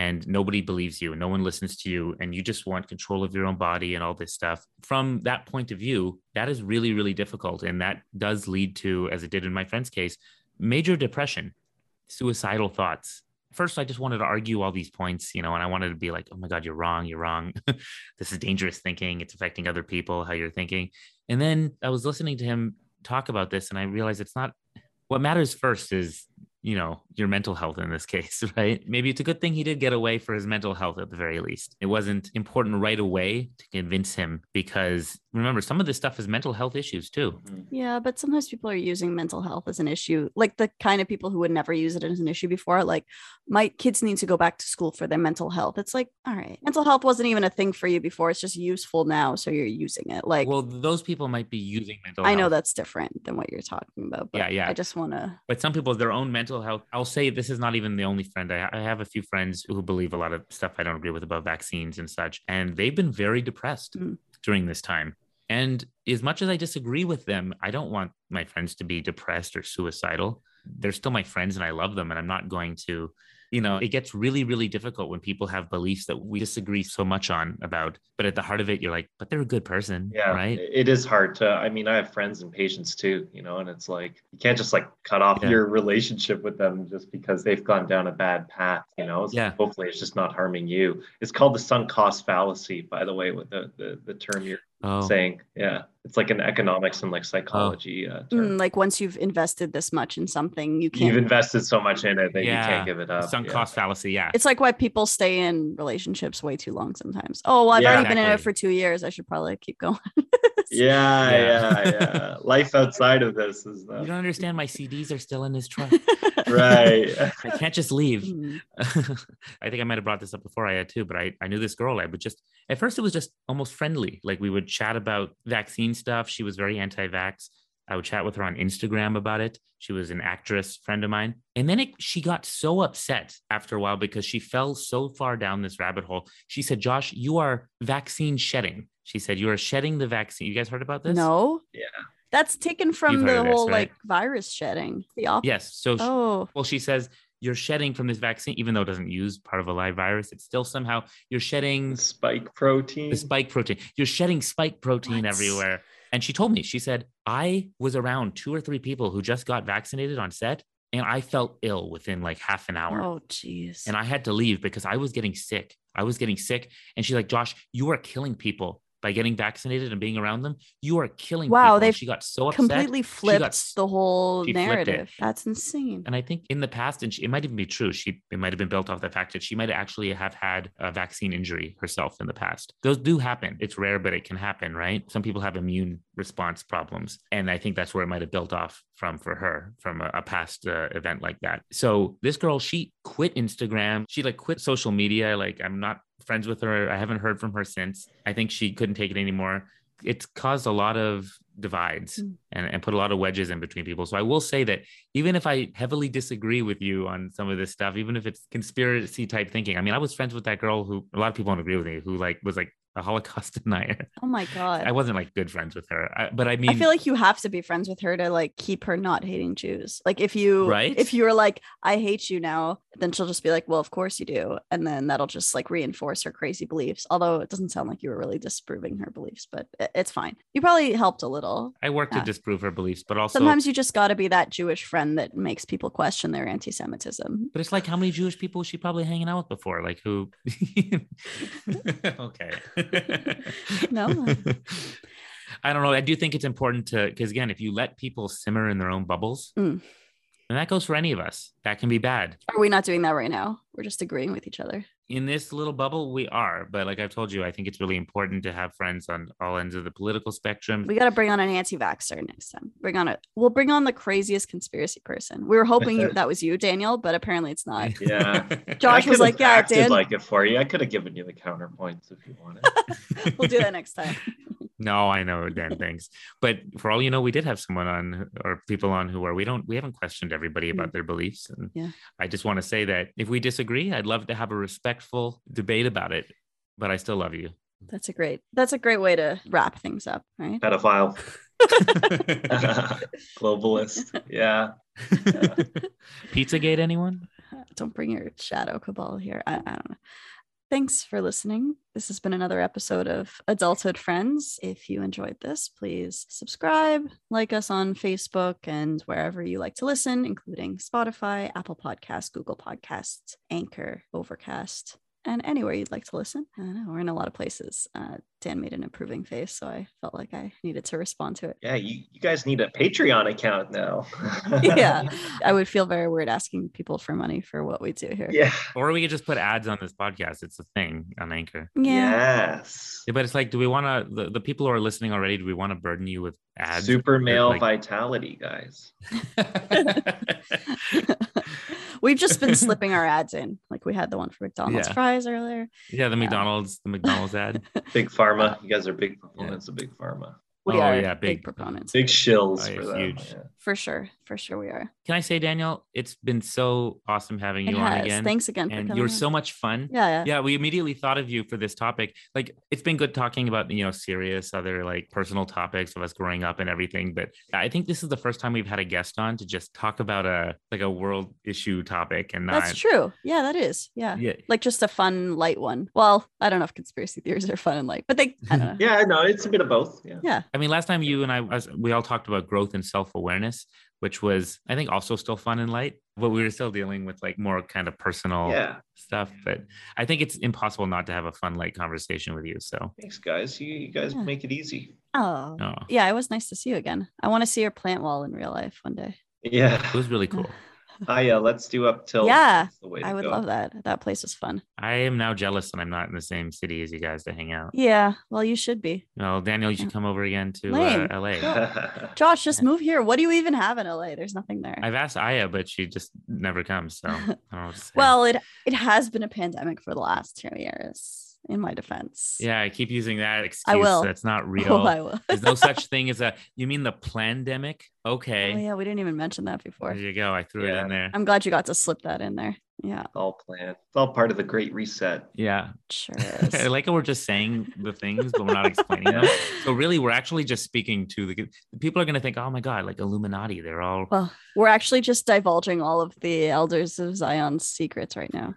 A: and nobody believes you and no one listens to you and you just want control of your own body and all this stuff from that point of view that is really really difficult and that does lead to as it did in my friend's case major depression suicidal thoughts first i just wanted to argue all these points you know and i wanted to be like oh my god you're wrong you're wrong this is dangerous thinking it's affecting other people how you're thinking and then i was listening to him talk about this and i realized it's not what matters first is you know, your mental health in this case, right? Maybe it's a good thing he did get away for his mental health at the very least. It wasn't important right away to convince him because remember, some of this stuff is mental health issues too.
C: Mm.
B: Yeah, but sometimes people are using mental health as an issue, like the kind of people who would never use it as an issue before. Like, my kids need to go back to school for their mental health. It's like, all right, mental health wasn't even a thing for you before. It's just useful now. So you're using it. Like,
A: well, those people might be using mental
B: I
A: health.
B: know that's different than what you're talking about. But
A: Yeah, yeah.
B: I just want to.
A: but some people their own mental health i'll say this is not even the only friend I, I have a few friends who believe a lot of stuff i don't agree with about vaccines and such and they've been very depressed
B: Mm.
A: during this time and as much as i disagree with them i don't want my friends to be depressed or suicidal they're still my friends and i love them and i'm not going to you know it gets really really difficult when people have beliefs that we disagree so much on about but at the heart of it you're like but they're a good person
C: Yeah,
A: right
C: it is hard to. I mean, I have friends and patients too, you know, and it's like you can't just like cut off
A: Yeah.
C: your relationship with them just because they've gone down a bad path, you know. So
A: Yeah.
C: Hopefully, it's just not harming you. It's called the sunk cost fallacy, by the way, with the the, the term you're
A: oh
C: saying. Yeah, it's like an economics and like
A: Oh.
C: psychology uh, term.
B: Mm, like once you've invested this much in something, you can't
C: You've invested so much in it that you
A: Yeah.
C: can't give it up.
A: sunk
C: yeah.
A: cost fallacy yeah
B: It's like why people stay in relationships way too long sometimes. Oh, well, I've
C: Yeah,
B: already been in it
A: exactly.
B: for two years. I should probably keep going.
C: Yeah,
A: Yeah.
C: yeah, yeah. Life outside of this is
A: you
C: the
A: don't understand my cds are still in his truck
C: right.
A: I can't just leave.
B: Mm.
A: I think I might have brought this up before I had too, but I, I knew this girl. I would just, at first, it was just almost friendly. Like we would chat about vaccine stuff. She was very anti vax. I would chat with her on Instagram about it. She was an actress friend of mine. And then it, she got so upset after a while because she fell so far down this rabbit hole. She said, Josh, you are vaccine shedding. She said, You are shedding the vaccine. You guys heard about this?
B: No.
C: Yeah.
B: That's taken
A: You've
B: from
A: heard
B: the
A: of this,
B: whole
A: right?
B: like virus shedding. The op-
A: Yes. So she-
B: Oh,
A: well she says you're shedding from this vaccine even though it doesn't use part of a live virus it's still somehow you're shedding
C: Spike protein.
A: the spike protein you're shedding spike protein
B: What?
A: everywhere and she told me she said i was around two or three people who just got vaccinated on set and i felt ill within like half an hour
B: oh, jeez.
A: and i had to leave because i was getting sick i was getting sick and she's like josh you are killing people by getting vaccinated and being around them you are killing
B: Wow,
A: people. And
B: they've
A: she got so upset
B: Completely flipped
A: got-
B: the whole
A: she flipped it.
B: narrative. That's insane.
A: and I think in the past, and she, it might even be true, she it might have been built off the fact that she might actually have had a vaccine injury herself in the past. Those do happen. It's rare, but it can happen, right? Some people have immune response problems, and I think that's where it might have built off from for her from a, a past uh, event like that. So this girl, she quit Instagram. She like quit social media. Like I'm not friends with her. I haven't heard from her since. I think she couldn't take it anymore. It's caused a lot of divides
B: Mm.
A: and, and put a lot of wedges in between people. So I will say that even if I heavily disagree with you on some of this stuff, even if it's conspiracy type thinking. I mean, I was friends with that girl who a lot of people don't agree with me, who like was like a Holocaust denier.
B: Oh my god.
A: I wasn't like good friends with her, I, but I mean,
B: I feel like you have to be friends with her to like keep her not hating Jews. Like if you
A: Right?
B: if you're like I hate you now, then she'll just be like, "Well, of course you do." And then that'll just like reinforce her crazy beliefs. Although it doesn't sound like you were really disproving her beliefs, but i- it's fine. You probably helped a little.
A: I worked to
B: Yeah.
A: disprove her beliefs, but also.
B: Sometimes you just got to be that Jewish friend that makes people question their anti-Semitism.
A: but it's like how many Jewish people was she probably hanging out with before? Like who? okay.
B: No.
A: I don't know. I do think it's important to, because again, if you let people simmer in their own bubbles,
B: Mm.
A: and that goes for any of us, that can be bad.
B: Are we not doing that right now? We're just agreeing with each other.
A: in this little bubble we are but like i've told you i think it's really important to have friends on all ends of the political spectrum
B: We got to bring on an anti-vaxxer next time. Bring on a we'll bring on the craziest conspiracy person. We were hoping you, that was you, Daniel, but apparently it's not.
C: Yeah.
B: Josh
C: I
B: was
C: could have
B: like, "Yeah,
C: acted
B: Dan."
C: like it for you. I could have given you the counterpoints if you wanted.
B: We'll do that next time.
A: no i know dan thanks but for all you know we did have someone on who- or people on who are we don't we haven't questioned everybody about their beliefs and
B: Yeah.
A: i just want to say that if we disagree i'd love to have a respectful debate about it but i still love you
B: That's a great. That's a great way to wrap things up, right?
C: Pedophile, globalist. Yeah.
A: pizzagate anyone
B: Don't bring your shadow cabal here. I, I don't know. Thanks for listening. This has been another episode of Adulthood Friends. If you enjoyed this, please subscribe, like us on Facebook and wherever you like to listen, including Spotify, Apple Podcasts, Google Podcasts, Anchor, Overcast, and anywhere you'd like to listen. I don't know, we're in a lot of places. Uh, Dan made an approving face, so I felt like I needed to respond to it.
C: Yeah, you, you guys need a Patreon account now.
B: yeah, I would feel very weird asking people for money for what we do here.
C: Yeah.
A: Or we could just put ads on this podcast. It's a thing on Anchor.
B: Yeah.
C: Yes.
A: Yeah, but it's like, do we want to, the, the people who are listening already, do we want to burden you with ads?
C: Super male
A: like-
C: vitality, guys.
B: We've just been slipping our ads in. Like we had the one for McDonald's
A: Yeah.
B: fries earlier.
A: yeah, the McDonald's, the McDonald's ad.
C: Big pharma. You guys are big proponents of big pharma.
B: We
A: Oh,
B: are
A: yeah,
B: big,
A: big-
B: proponents.
C: Big shills
A: Oh,
C: for
A: it's
C: that.
A: huge.
C: yeah.
B: For sure. For sure we are.
A: Can I say, Daniel, it's been so awesome having you
B: it
A: on
B: has.
A: again.
B: Thanks again for
A: and
B: coming.
A: you're
B: on.
A: so much fun.
B: yeah, yeah.
A: yeah we immediately thought of you for this topic like it's been good talking about you know serious other like personal topics of us growing up and everything but i think this is the first time we've had a guest on to just talk about a like a world issue topic and not
B: That's true. Yeah, that is. Yeah.
A: yeah
B: Like just a fun, light one. Well, I don't know if conspiracy theories are fun and light, but they, I don't know.
C: Yeah, no, it's a bit of both. Yeah.
A: i mean last time you and i us- we all talked about growth and self-awareness which was i think also still fun and light but we were still dealing with like more kind of personal
C: Yeah.
A: stuff but i think it's impossible not to have a fun light conversation with you so
C: Thanks, guys. You, you guys
B: Yeah.
C: make it easy.
B: Oh.
A: no
B: Yeah, it was nice to see you again. I want to see your plant wall in real life one day.
A: it
C: Yeah.
A: was really cool
C: Ah, yeah. Let's do up till.
B: Yeah,
C: That's the way to
B: I would
C: go.
B: love that. That place is fun.
A: i am now jealous and i'm not in the same city as you guys to hang out
B: Yeah. Well, you should be.
A: Well, Daniel, you should come over again to
B: Lame.
A: uh, LA.
C: that.
B: Josh, just
A: Yeah.
B: move here. What do you even have in LA? There's nothing there.
A: I've asked Aya, but she just never comes. So I don't know what to say.
B: Well, it it has been a pandemic for the last two years, in my defense.
A: yeah, I keep using that excuse.
B: will.
A: That's not real.
B: Oh, I will.
A: There's no such thing as a. You mean the plandemic?
B: Oh,
A: Okay.
B: yeah, we didn't even mention that before.
A: There you go. I threw it
C: Yeah.
A: in there.
B: I'm glad you got to slip that in there. Yeah,
C: all planned. It's all part of the great reset.
A: yeah.
B: sure.
A: I
B: Is.
A: like how we're just saying the things, but we're not explaining them. So really, we're actually just speaking to the people are going to think, oh my god, like Illuminati. They're all
B: well, we're actually just divulging all of the elders of Zion's secrets right now.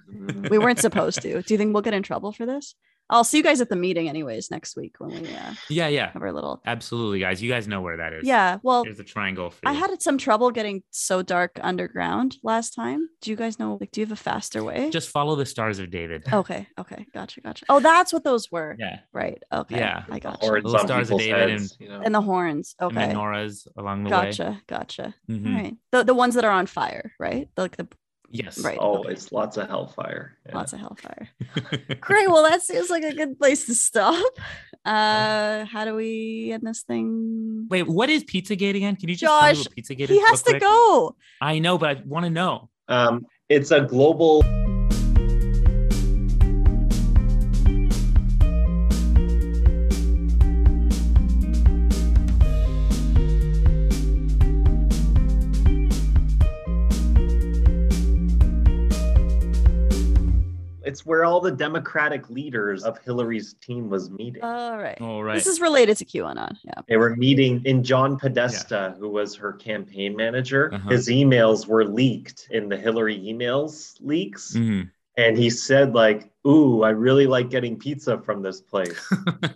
B: We weren't supposed to. Do you think we'll get in trouble for this? I'll see you guys at the meeting, anyways, next week when we uh,
A: yeah, yeah,
B: have our little.
A: absolutely, guys. You guys know where that is.
B: Yeah, well,
A: There's a triangle for you.
B: I had some trouble getting so dark underground last time. Do you guys know? Like, do you have a faster way?
A: just follow the stars of David.
B: okay, okay, gotcha, gotcha. Oh, that's what those were,
A: Yeah.
B: right? Okay,
A: Yeah.
B: I gotcha.
C: Horns
A: Little
C: on
A: stars of
C: people's
A: David
C: heads, you know.
B: And the horns.
A: and
B: Okay,
A: menorahs along the way.
B: gotcha, gotcha.
A: Mhm.
B: All right. The the ones that are on fire, right? The- Like the
A: Yes.
B: right.
C: oh,
B: okay.
C: it's lots of hellfire. Yeah.
B: lots of hellfire. Great. Well, that seems like a good place to stop. Uh how do we end this thing?
A: Wait, what is Pizzagate again? Can you just tell me
B: Josh,
A: what Pizzagate
B: he
A: is
B: has
A: real
B: to
A: quick?
B: go.
A: I know, but I want to know.
C: um, it's a global It's where all the Democratic leaders of Hillary's team was meeting.
B: All right.
A: All right.
B: This is related to QAnon. Yeah.
C: They were meeting in John Podesta, who was her campaign manager.
A: Uh-huh.
C: His emails were leaked in the Hillary emails leaks.
A: Mhm.
C: And he said, like, ooh, I really like getting pizza from this place.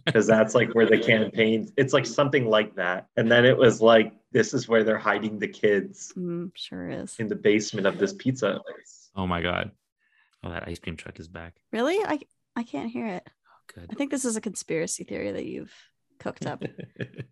C: Because that's like where the campaign, it's like something like that. And then it was like, this is where they're hiding the kids
B: Mm, sure is.
C: in the basement of this pizza place.
A: Oh my God. Oh, that ice cream truck is back.
B: Really? I I can't hear it.
A: Oh,
B: I think this is a conspiracy theory that you've cooked up.
A: good.